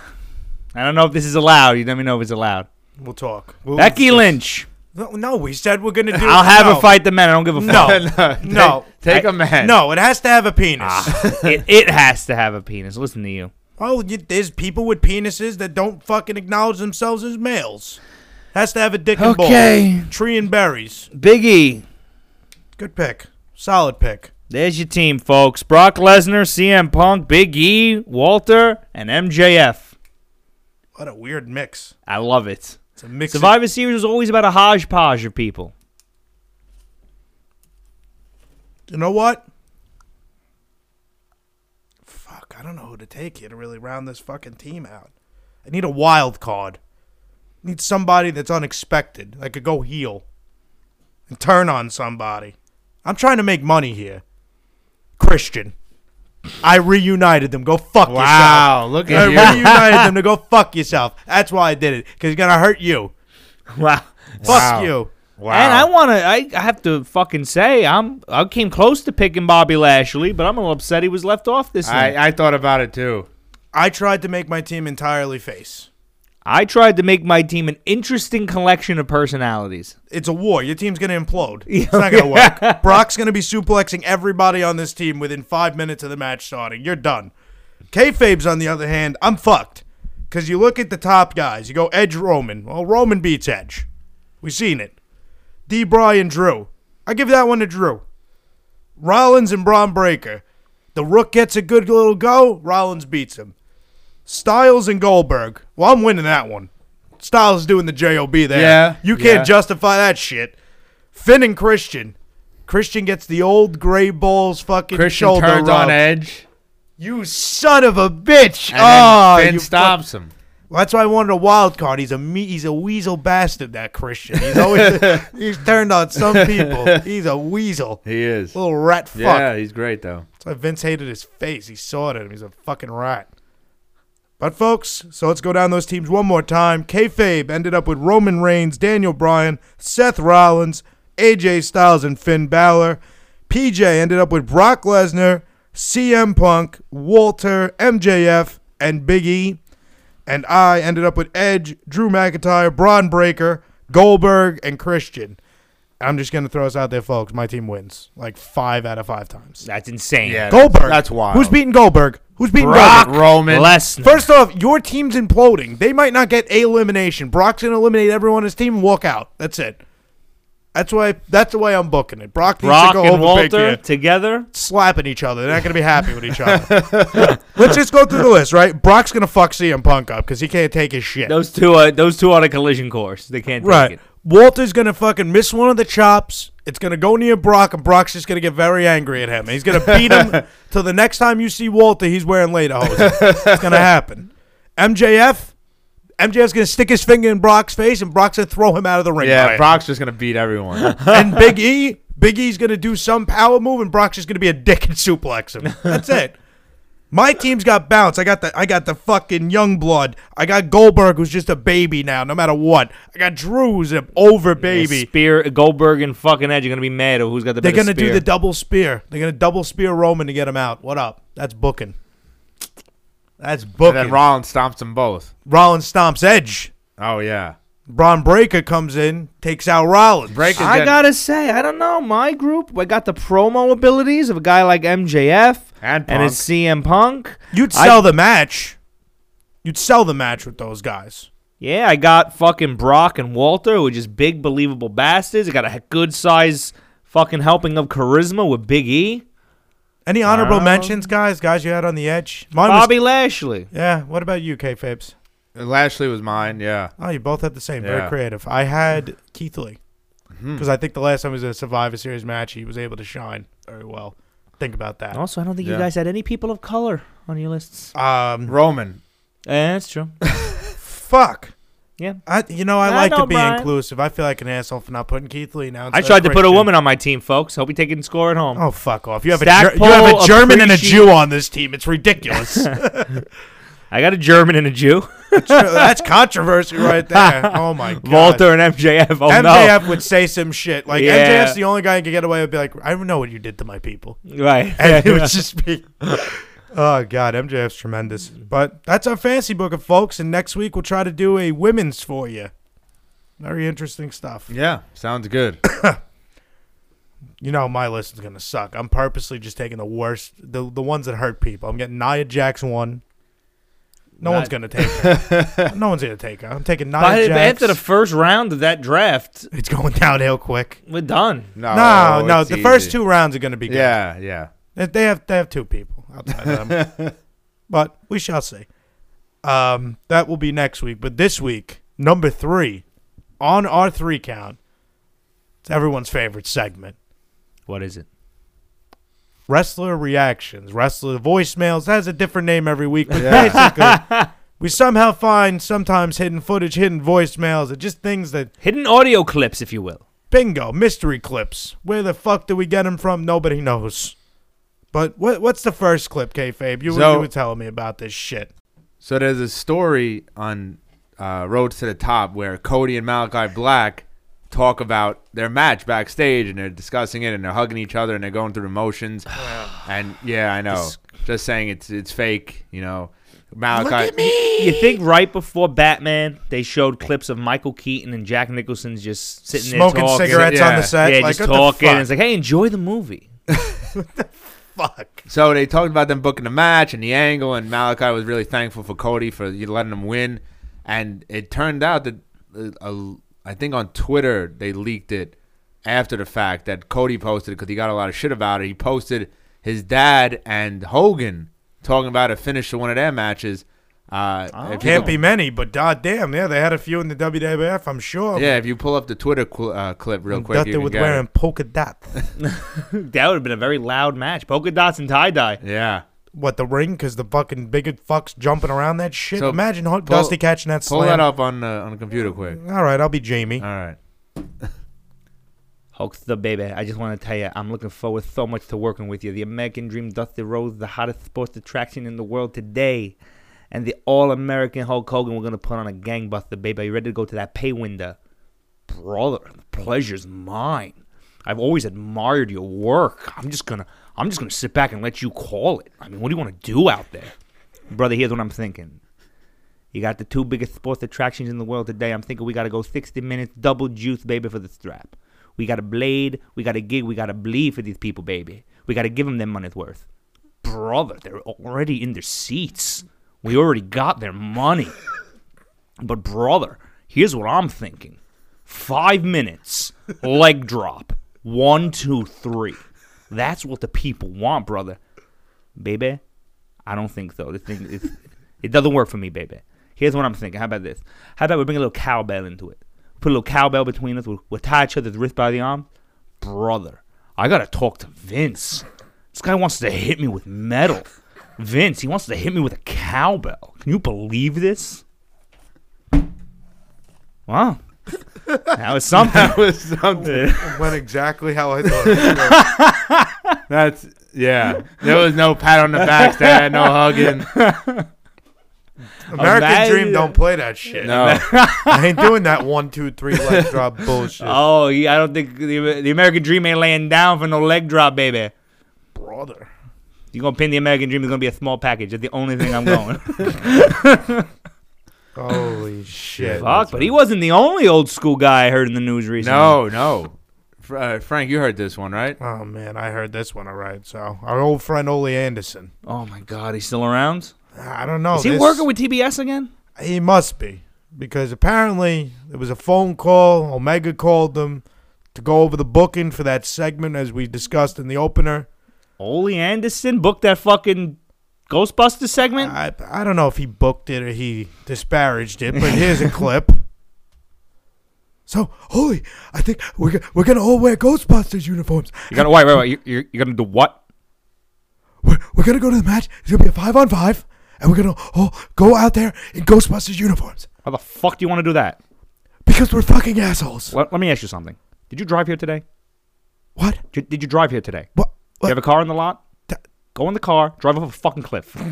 don't know if this is allowed. You let me know if it's allowed.
We'll talk. We'll-
Becky Lynch.
No, no, we said we're gonna do.
I'll have
no.
her fight the men. I don't give a fuck.
[LAUGHS] No,
[LAUGHS]
no,
No.
[LAUGHS] Take, take a
I-
man.
no, it has to have a penis.
[LAUGHS] it, it has to have a penis. Listen to you.
Oh, you, there's people with penises that don't fucking acknowledge themselves as males. Has to have a dick and
Okay.
balls. Tree and berries.
Biggie.
Good pick. Solid pick.
There's your team, folks. Brock Lesnar, CM Punk, Big E, Walter, and MJF.
What a weird mix.
I love it.
It's a mix. of-
Survivor Series was always about a hodgepodge of people.
you know what? Fuck, I don't know who to take here to really round this fucking team out. I need a wild card. I need somebody that's unexpected. I could go heel and turn on somebody. I'm trying to make money here. Christian. I reunited them. Go fuck yourself.
Wow, look
I
at you.
reunited them to
[LAUGHS]
go fuck yourself. That's why I did it. Because it's gonna hurt you.
Wow.
Fuck you.
Wow.
And I want to. I, I have to fucking say I'm. I came close to picking Bobby Lashley, but I'm a little upset he was left off this night.
I, I thought about it too.
I tried to make my team entirely face.
I tried to make my team an interesting collection of personalities.
It's a war. Your team's gonna implode. It's not gonna work. Brock's gonna be suplexing everybody on this team within five minutes of the match starting. You're done. Kayfabe's on the other hand, I'm fucked. Cause you look at the top guys. You go Edge Roman. Well, Roman beats Edge. We've seen it. D. Bryan Drew. I give that one to Drew. Rollins and Braun Breaker. The Rook gets a good little go. Rollins beats him. Styles and Goldberg. Well, I'm winning that one. Styles is doing the job there.
Yeah,
you can't
yeah.
justify that shit. Finn and Christian. Christian gets the old gray balls fucking
Christian
shoulder
turns
rub.
on Edge,
You son of a bitch!
and
oh,
then
you
Finn stops him.
well, that's why I wanted a wild card. He's a me- he's a weasel bastard. That Christian. He's
[LAUGHS]
always he's turned on some people. He's a weasel,
He is.
little rat Oh, fuck.
Yeah, he's great though.
That's why Vince hated his face. He saw it at him. He's a fucking rat. But folks, so let's go down those teams one more time. Kayfabe ended up with Roman Reigns, Daniel Bryan, Seth Rollins, AJ Styles, and Finn Balor. PJ ended up with Brock Lesnar, CM Punk, Walter, MJF, and Big E. And I ended up with Edge, Drew McIntyre, Braun Breaker, Goldberg, and Christian. I'm just gonna throw us out there, folks. My team wins like five out of five times.
That's insane.
Yeah,
Goldberg.
That's wild.
Who's beating Goldberg? Who's beating
Brock
Goldberg?
Roman.
Lesnar.
First off, your team's imploding. They might not get a elimination. Brock's gonna eliminate everyone on his team and walk out. That's it. That's why. That's the way I'm booking it. Brock needs
Brock
to go
and
over
Walter
big here.
together.
slapping each other. They're not gonna be happy with each other. [LAUGHS] Let's just go through the list, right? Brock's gonna fuck CM Punk up because he can't take his shit.
Those two are those two are on a collision course. They can't
right.
take it.
Walter's gonna fucking miss one of the chops. It's gonna go near Brock, and Brock's just gonna get very angry at him. And he's
[LAUGHS]
gonna beat him till the next time you see Walter, he's wearing later hoses. it's gonna happen. MJF, MJF's gonna stick his finger in Brock's face, and Brock's gonna throw him out of the ring.
Yeah,
Right.
Brock's just gonna
[LAUGHS]
beat everyone.
and Big E, Big E's gonna do some power move, and Brock's just gonna be a dick and suplex him. That's it. My team's got bounce. I got the I got the fucking young blood. I got Goldberg, who's just a baby now, no matter what. I got Drew, who's an over baby.
Spear Goldberg and fucking Edge are gonna be mad at who's got the.
They're
better
gonna do
spear.
the double spear. They're gonna double spear Roman to get him out. What up? That's booking. That's
and
booking.
then Rollins stomps them both.
Rollins stomps Edge.
Oh yeah.
Braun Breaker comes in, takes out Rollins.
Breaker's
I
gonna-
gotta say, I don't know. My group, I got the promo abilities of a guy like MJF
And
and his CM Punk.
You'd
I-
sell the match. You'd sell the match with those guys.
Yeah, I got fucking Brock and Walter, who are just big, believable bastards. I got a good size fucking helping of charisma with Big E.
Any honorable
Um,
mentions, guys? Guys you had on the edge? Mine was-
Bobby Lashley.
yeah. What about you, K Fabes?
Lashley was mine. Yeah.
Oh, you both had the same.
Yeah.
Very creative. I had Keith Lee
Mm-hmm.
because I think the last time he was in a Survivor Series match, he was able to shine very well. Think about that.
Also, I don't think you
Yeah.
guys had any people of color on your lists.
Um,
Roman.
Eh, that's true.
fuck.
Yeah.
I, you know, I
I
like to
know,
be
Brian.
inclusive. I feel like an asshole for not putting Keith Lee now.
I
instead of
tried to put a
Christian.
woman on my team, folks. Hope you take it and score at home.
Oh fuck off! You have a
Stack
Ger- you have
pole
a German and a
appreciate-
Jew on this team. It's
[LAUGHS]
ridiculous.
I got a German and a [LAUGHS] Jew.
That's controversy right
[LAUGHS]
there. Oh my god.
Walter and MJF. Oh,
MJF would say some shit like
Yeah.
MJF's the only guy who could get away with be like, I know what you did to my people, [LAUGHS]
no. Right.
and it would just be. Oh god, MJF's tremendous. But that's our fancy book of folks, and next week we'll try to do a women's for you. Very interesting stuff.
Yeah. Sounds good.
You know my list is gonna suck. I'm purposely just taking the worst, the the ones that hurt people. I'm getting Nia Jax one. No
Ni-
one's gonna take her. no one's gonna take her. I'm taking Nia
By,
Jax.
after the first round of that draft,
it's going downhill quick.
we're done.
No.
[LAUGHS] no, no.
Oh, it's
The first
easy.
two rounds are gonna be good.
Yeah. Yeah.
They- They have they have two people outside of them, but we shall see. Um, that will be next week. But this week, number three on our three count. It's everyone's favorite segment:
What is it?
wrestler reactions, wrestler voicemails. That has a different name every week, but
Yeah.
basically, we somehow find sometimes hidden footage, hidden voicemails, and just things that
Hidden audio clips, if you will.
Bingo, mystery clips. Where the fuck do we get them from? Nobody knows. But what what's the first clip, K-Fabe? You, were-
So-
you were telling me about this shit.
So there's a story on uh, Road to the Top where Cody and Malachi Black talk about their match backstage and they're discussing it and they're hugging each other and they're going through the motions. and yeah, I know. Just saying it's it's fake, you know. Malachi.
You think right before Batman, they showed clips of Michael Keaton and Jack Nicholson just sitting there
Smoking
talking.
cigarettes on
Yeah.
the set.
Yeah,
like,
just
what
talking.
The
It's like, hey, enjoy the movie. [LAUGHS]
fuck? fuck.
So they talked about them booking the match and the angle, and Malachi was really thankful for Cody for letting him win. And it turned out that uh, uh, I think on Twitter they leaked it after the fact that Cody posted because he got a lot of shit about it. He posted his dad and Hogan talking about a finish to one of their matches. Uh, if you
Can't
go-
be many, but goddamn, yeah, they had a few in the WWF, I'm sure.
Yeah, if you pull up the Twitter cl- uh, clip real quick,
That
you
they
can
were
get it.
wearing polka dot.
That would have been a very loud match. Polka dots and tie dye.
Yeah,
what the ring? Because the fucking bigot fucks jumping around that shit.
So,
Imagine Hul-
pull-
Dusty catching that
pull
slam.
that up on the on the computer quick.
All right, I'll be Jamie. [LAUGHS]
All right. [LAUGHS]
Hulk the baby. I just want to tell you, I'm looking forward so much to working with you. The American Dream doth the road, the hottest sports attraction in the world today. And the all American Hulk Hogan, we're going to put on a gangbuster, baby. Are you ready to go to that pay window? Brother, the pleasure's mine. I've always admired your work. I'm just gonna, I'm just gonna sit back and let you call it. I mean, what do you want to do out there, brother? Here's what I'm thinking. You got the two biggest sports attractions in the world today. I'm thinking we got to go 60 minutes, double juice, baby, for the strap. We got to blade, we got to gig, we got to bleed for these people, baby. We got to give them their money's worth. Brother, they're already in their seats. We already got their money. But, brother, here's what I'm thinking five minutes, leg drop. One, two, three. That's what the people want, brother. Baby, I don't think so. This thing is, [LAUGHS] it doesn't work for me, baby. Here's what I'm thinking. How about this? How about we bring a little cowbell into it? Put a little cowbell between us. We'll, we'll tie each other's wrist by the arm. Brother, I gotta talk to Vince. This guy wants to hit me with metal. Vince, he wants to hit me with a cowbell. Can you believe this? Wow. That was something.
That was something.
Went exactly how I thought. it was.
That's
[LAUGHS]
yeah. There was no pat on the back there, no hugging.
American
Imagine-
Dream don't play that shit.
[LAUGHS] No.
I ain't doing that one, two, three leg
[LAUGHS]
drop bullshit.
[LAUGHS] Oh, yeah, I don't think the, the American Dream ain't laying down for no leg drop, baby.
brother.
You're gonna pin the American Dream is gonna be a small package. That's the only [LAUGHS] thing I'm going.
Holy shit.
Fuck, but he wasn't the only old school guy I heard in the news recently.
No, no. Fr- uh, Frank, you heard this one, right?
Oh man, I heard this one all right. So our old friend Ole Anderson.
Oh my God, he's still around?
I don't know.
is he
this-
working with TBS again?
He must be. because apparently there was a phone call. Omega called them to go over the booking for that segment as we discussed in the opener.
Ole Anderson booked that fucking Ghostbuster segment.
I, I don't know if he booked it or he disparaged it, but here's
[LAUGHS]
a clip.
So, holy, I think we're, go- we're gonna all wear Ghostbusters uniforms.
you gotta wait, wait, wait. You, you're, you're gonna do what?
We're, we're gonna go to the match. It's gonna be a five on five, and we're gonna all go out there in Ghostbusters uniforms
How the fuck do you want to do that?
because we're fucking assholes.
Let, let me ask you something. Did you drive here today?
What?
Did, did you drive here today?
What?
Do you
what?
have a car in the lot?
Th-
Go in the car, drive up a fucking [LAUGHS] cliff. this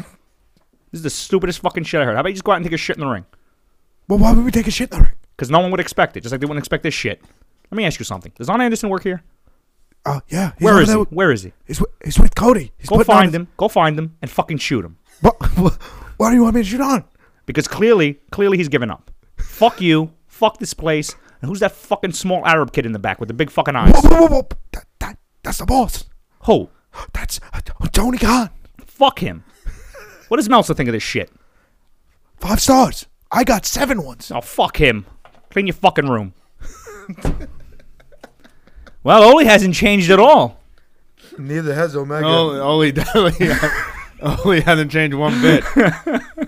is the stupidest fucking shit I heard. How about you just go out and take a shit in the ring?
Well, why would we take a shit in the ring?
Because no one would expect it, just like they wouldn't expect this shit. Let me ask you something. Does Don Anderson work here?
Oh, yeah. he's
Where
over
is he?
there with-
Where is he?
He's, wi- he's with Cody. He's
Go
putting on
find
his-
him. Go find him and fucking shoot him.
[LAUGHS] What, what, what do you want me to shoot on?
Because clearly, clearly he's given up. Fuck you. Fuck this place. And who's that fucking small Arab kid in the back with the big fucking eyes?
Whoa, whoa, whoa, whoa. That, that, that's the boss.
Who?
That's uh, Tony Khan.
Fuck him. What does Meltzer think of this shit?
Five stars. I got seven ones.
Oh, fuck him. Clean your fucking room. [LAUGHS] well, Ole hasn't changed at all.
Neither has Omega.
Only, only,
[LAUGHS]
only, only hasn't changed one [LAUGHS] bit.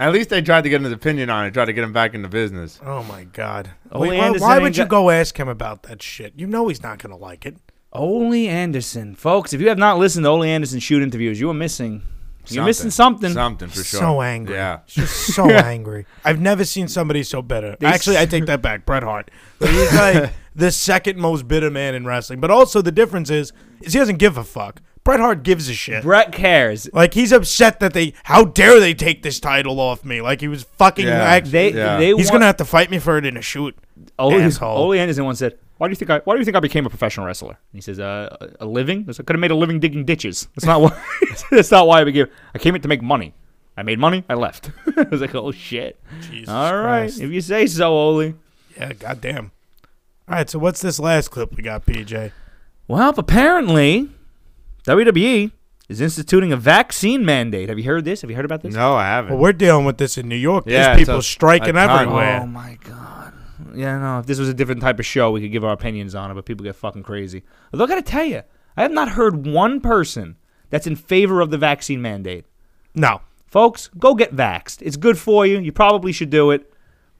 At least I tried to get an opinion on it. Tried to get him back into business.
Oh my God!
Ole
Wait, why,
Anderson
why
ain't
would you
got-
go ask him about that shit? You know he's not gonna like it.
Ole Anderson. Folks, if you have not listened to Ole Anderson shoot interviews, you are missing. You're missing something.
Something for
He's
sure.
so angry.
[LAUGHS] Yeah.
He's just so angry. I've never seen somebody so bitter. Actually, I take that back. Bret Hart.
[LAUGHS]
He's like the second most bitter man in wrestling. But also the difference is, is he doesn't give a fuck. Bret Hart gives a shit.
Brett cares.
like he's upset that they, how dare they take this title off me? Like he was fucking.
Yeah.
act-
They
Yeah.
they
he's
want,
gonna have to fight me for it in a shoot.
Ole,
asshole.
Ole Anderson once said, "Why do you think I Why do you think I became a professional wrestler?" And he says, "Uh, a- a living. I could have made a living digging ditches. That's not why. [LAUGHS] that's not why I became. I came in to make money. I made money. I left. [LAUGHS] I was like, oh shit.
Jesus
All right,
Christ.
if you say so, Ole.
Yeah. Goddamn. All right. So what's this last clip we got, PJ?
Well, apparently, WWE is instituting a vaccine mandate. Have you heard this? Have you heard about this?
No, I haven't.
Well, we're dealing with this in New York.
Yeah,
There's
it's
people
a- a
striking
ton.
everywhere.
Oh my god. Yeah, no. If this was a different type of show, we could give our opinions on it, but people get fucking crazy. Although I gotta tell you, I have not heard one person that's in favor of the vaccine mandate.
No.
Folks, go get vaxxed. It's good for you. You probably should do it.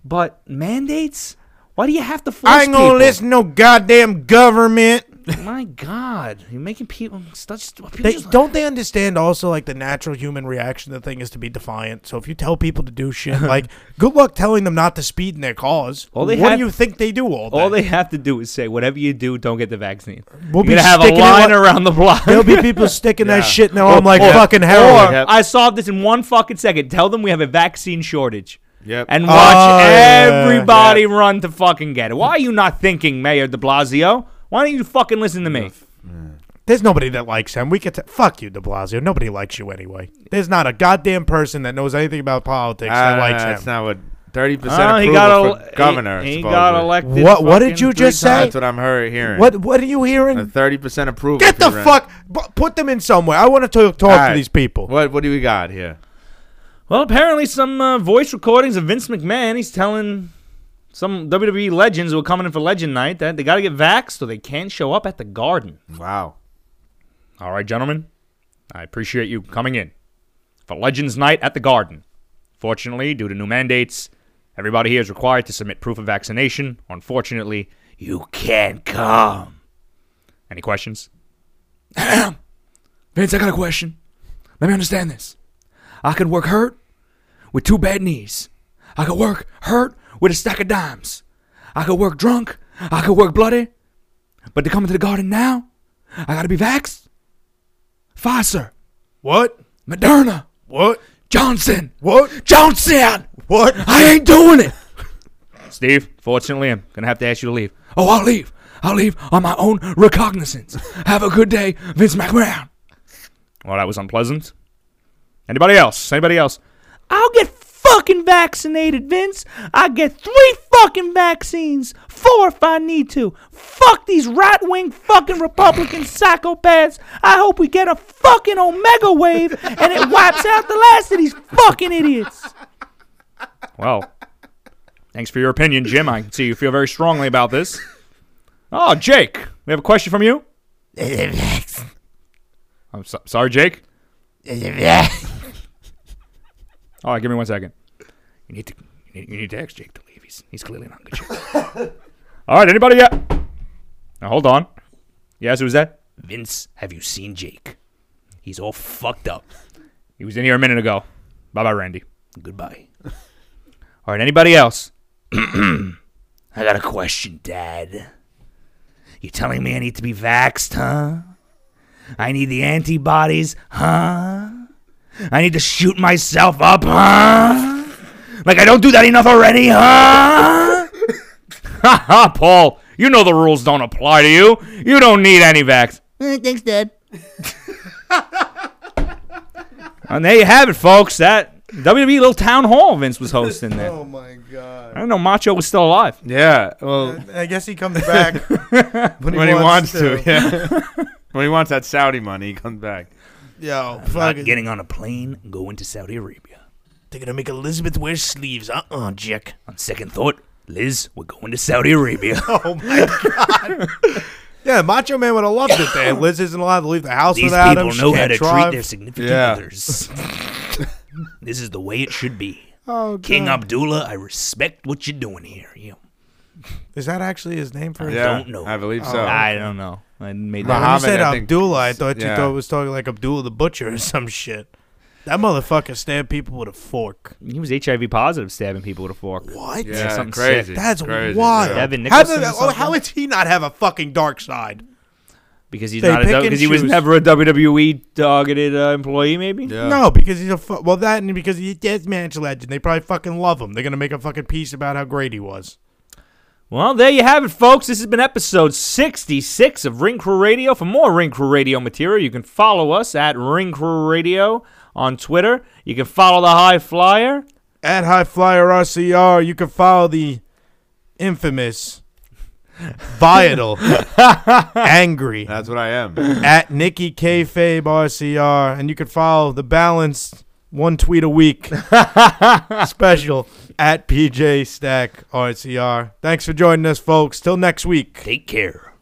But mandates? Why do you have to force
I ain't gonna
people?
listen to no goddamn government.
[LAUGHS] My God, you're making people such. People
They,
just-
don't they understand also like the natural human reaction to the thing is to be defiant. So if you tell people to do
[LAUGHS]
shit, like good luck telling them not to speed in their cars.
All they
what
have-
do you think they do all day?
all they have to do is say, whatever you do, don't get the vaccine.
We'll be
you're gonna have a
sticking it
line
like-
around the block.
There'll
[LAUGHS]
be people sticking
Yeah.
that shit now. I'm like
Or-
fucking
Or,
heroin.
Yep.
I solved this in one fucking second. Tell them we have a vaccine shortage.
Yep. Uh,
And
Oh,
watch
yeah.
everybody run to fucking get it. Why are you not thinking, Mayor de Blasio? Why don't you fucking listen to me?
There's nobody that likes him. We could t- fuck you, De Blasio. Nobody likes you anyway. There's not a goddamn person that knows anything about politics that
Ah,
likes him. Uh,
that's not what. Thirty percent
Oh,
approval
he got
for
el-
governor.
He, he
supposedly.
got elected.
What- what did
fucking
you
three
just say?
times.
That's what I'm hear- hearing.
What What are you hearing?
Thirty percent approval.
Get
if
the
you ran-
fuck. bu- Put them in somewhere. I want to talk, talk
All
to
right.
these people.
What What do we got here?
Well, apparently some uh, voice recordings of Vince McMahon. He's telling some WWE legends who are coming in for Legend Night that they got to get vaxxed or they can't show up at the Garden.
Wow.
All right, gentlemen, I appreciate you coming in for Legends Night at the Garden. Fortunately, due to new mandates, everybody here is required to submit proof of vaccination. Unfortunately, you can't come. Any questions?
[CLEARS THROAT] Vince, I got a question. Let me understand this. I could work hurt with two bad knees. I could work hurt with a stack of dimes. I could work drunk. I could work bloody. But to come into the garden now, I gotta be vaxxed. Pfizer,
What?
Moderna,
What?
Johnson,
What?
Johnson.
What?
I ain't doing it.
Steve, fortunately, I'm going to have to ask you to leave.
Oh, I'll leave. I'll leave on my own recognizance. Have a good day, Vince McMahon.
Well, that was unpleasant. Anybody else? Anybody else? I'll get fucking vaccinated, Vince. I get three fucking vaccines, four if I need to. Fuck these right wing fucking Republican psychopaths. I hope we get a fucking Omega wave and it wipes out the last of these fucking idiots. Well, Thanks for your opinion, Jim. I can see you feel very strongly about this. Oh, Jake, we have a question from you. I'm so- sorry, Jake. All right, give me one second. You need to you need, you need to ask Jake to leave. He's he's clearly not in good. shape. [LAUGHS] All right, anybody yet? Now hold on. Yes, who's that? Vince, have you seen Jake? He's all fucked up. He was in here a minute ago. Bye bye, Randy. Goodbye. all right, anybody else? [CLEARS THROAT] I got a question, Dad. You telling me I need to be vaxxed, huh? I need the antibodies, huh? I need to shoot myself up, huh? Like I don't do that enough already, huh? Ha ha, Paul. You know the rules don't apply to you. You don't need any vax.
Eh, Thanks, Dad.
And there you have it, folks. That WWE little town hall Vince was hosting there.
Oh my god.
I don't know Macho was still alive.
Yeah. Well,
I guess he comes
[LAUGHS]
back when he,
when he
wants, to.
Yeah.
[LAUGHS]
when he wants that Saudi money, he comes back.
Yo, fuck it.
on a plane and going to Saudi Arabia.
They're gonna make Elizabeth wear sleeves. Uh uh Jack.
On second thought, Liz, we're going to
[LAUGHS]
Saudi Arabia.
Yeah, Macho Man would have loved it
[COUGHS]
there. Liz isn't allowed to leave the house without him. She can't drive.
significant
Yeah.
others. [LAUGHS] this is the way it should be.
Oh,
King Abdullah, I respect what you're doing here. You
Is that actually his name for?
Yeah,
don't know.
I believe
Oh.
so.
I don't know. I made
When
that.
Nah.
you
Muhammad,
said
I think-
Abdullah, I thought you
yeah.
thought was talking like Abdullah the Butcher or [LAUGHS] some shit. That motherfucker stabbed people with a fork.
He was HIV positive, stabbing people with a fork.
What?
yeah,
something
crazy.
That's
crazy,
wild.
yeah.
Evan
How,
Nicholson
did,
or
oh, how
something?
does he not have a fucking dark side?
Because he's
They
not a
pick
du-
and
because he was
choose.
never a WWE targeted uh, employee. Maybe
Yeah.
No, because he's a fu- well that and because he's a deathmatch legend. They probably fucking love him. They're gonna make a fucking piece about how great he was.
Well, there you have it, folks. This has been episode 66 of Ring Crew Radio. For more Ring Crew Radio material, you can follow us at Ring Crew Radio on Twitter. You can follow the High Flyer.
At High Flyer RCR, you can follow the infamous,
[LAUGHS]
vital, angry
That's what
[LAUGHS]
I am.
at Nikki Kayfabe RCR, and you can follow the balanced one tweet a
[LAUGHS]
week special at PJ Stack RCR. Thanks for joining us, folks. Till next week.
Take care.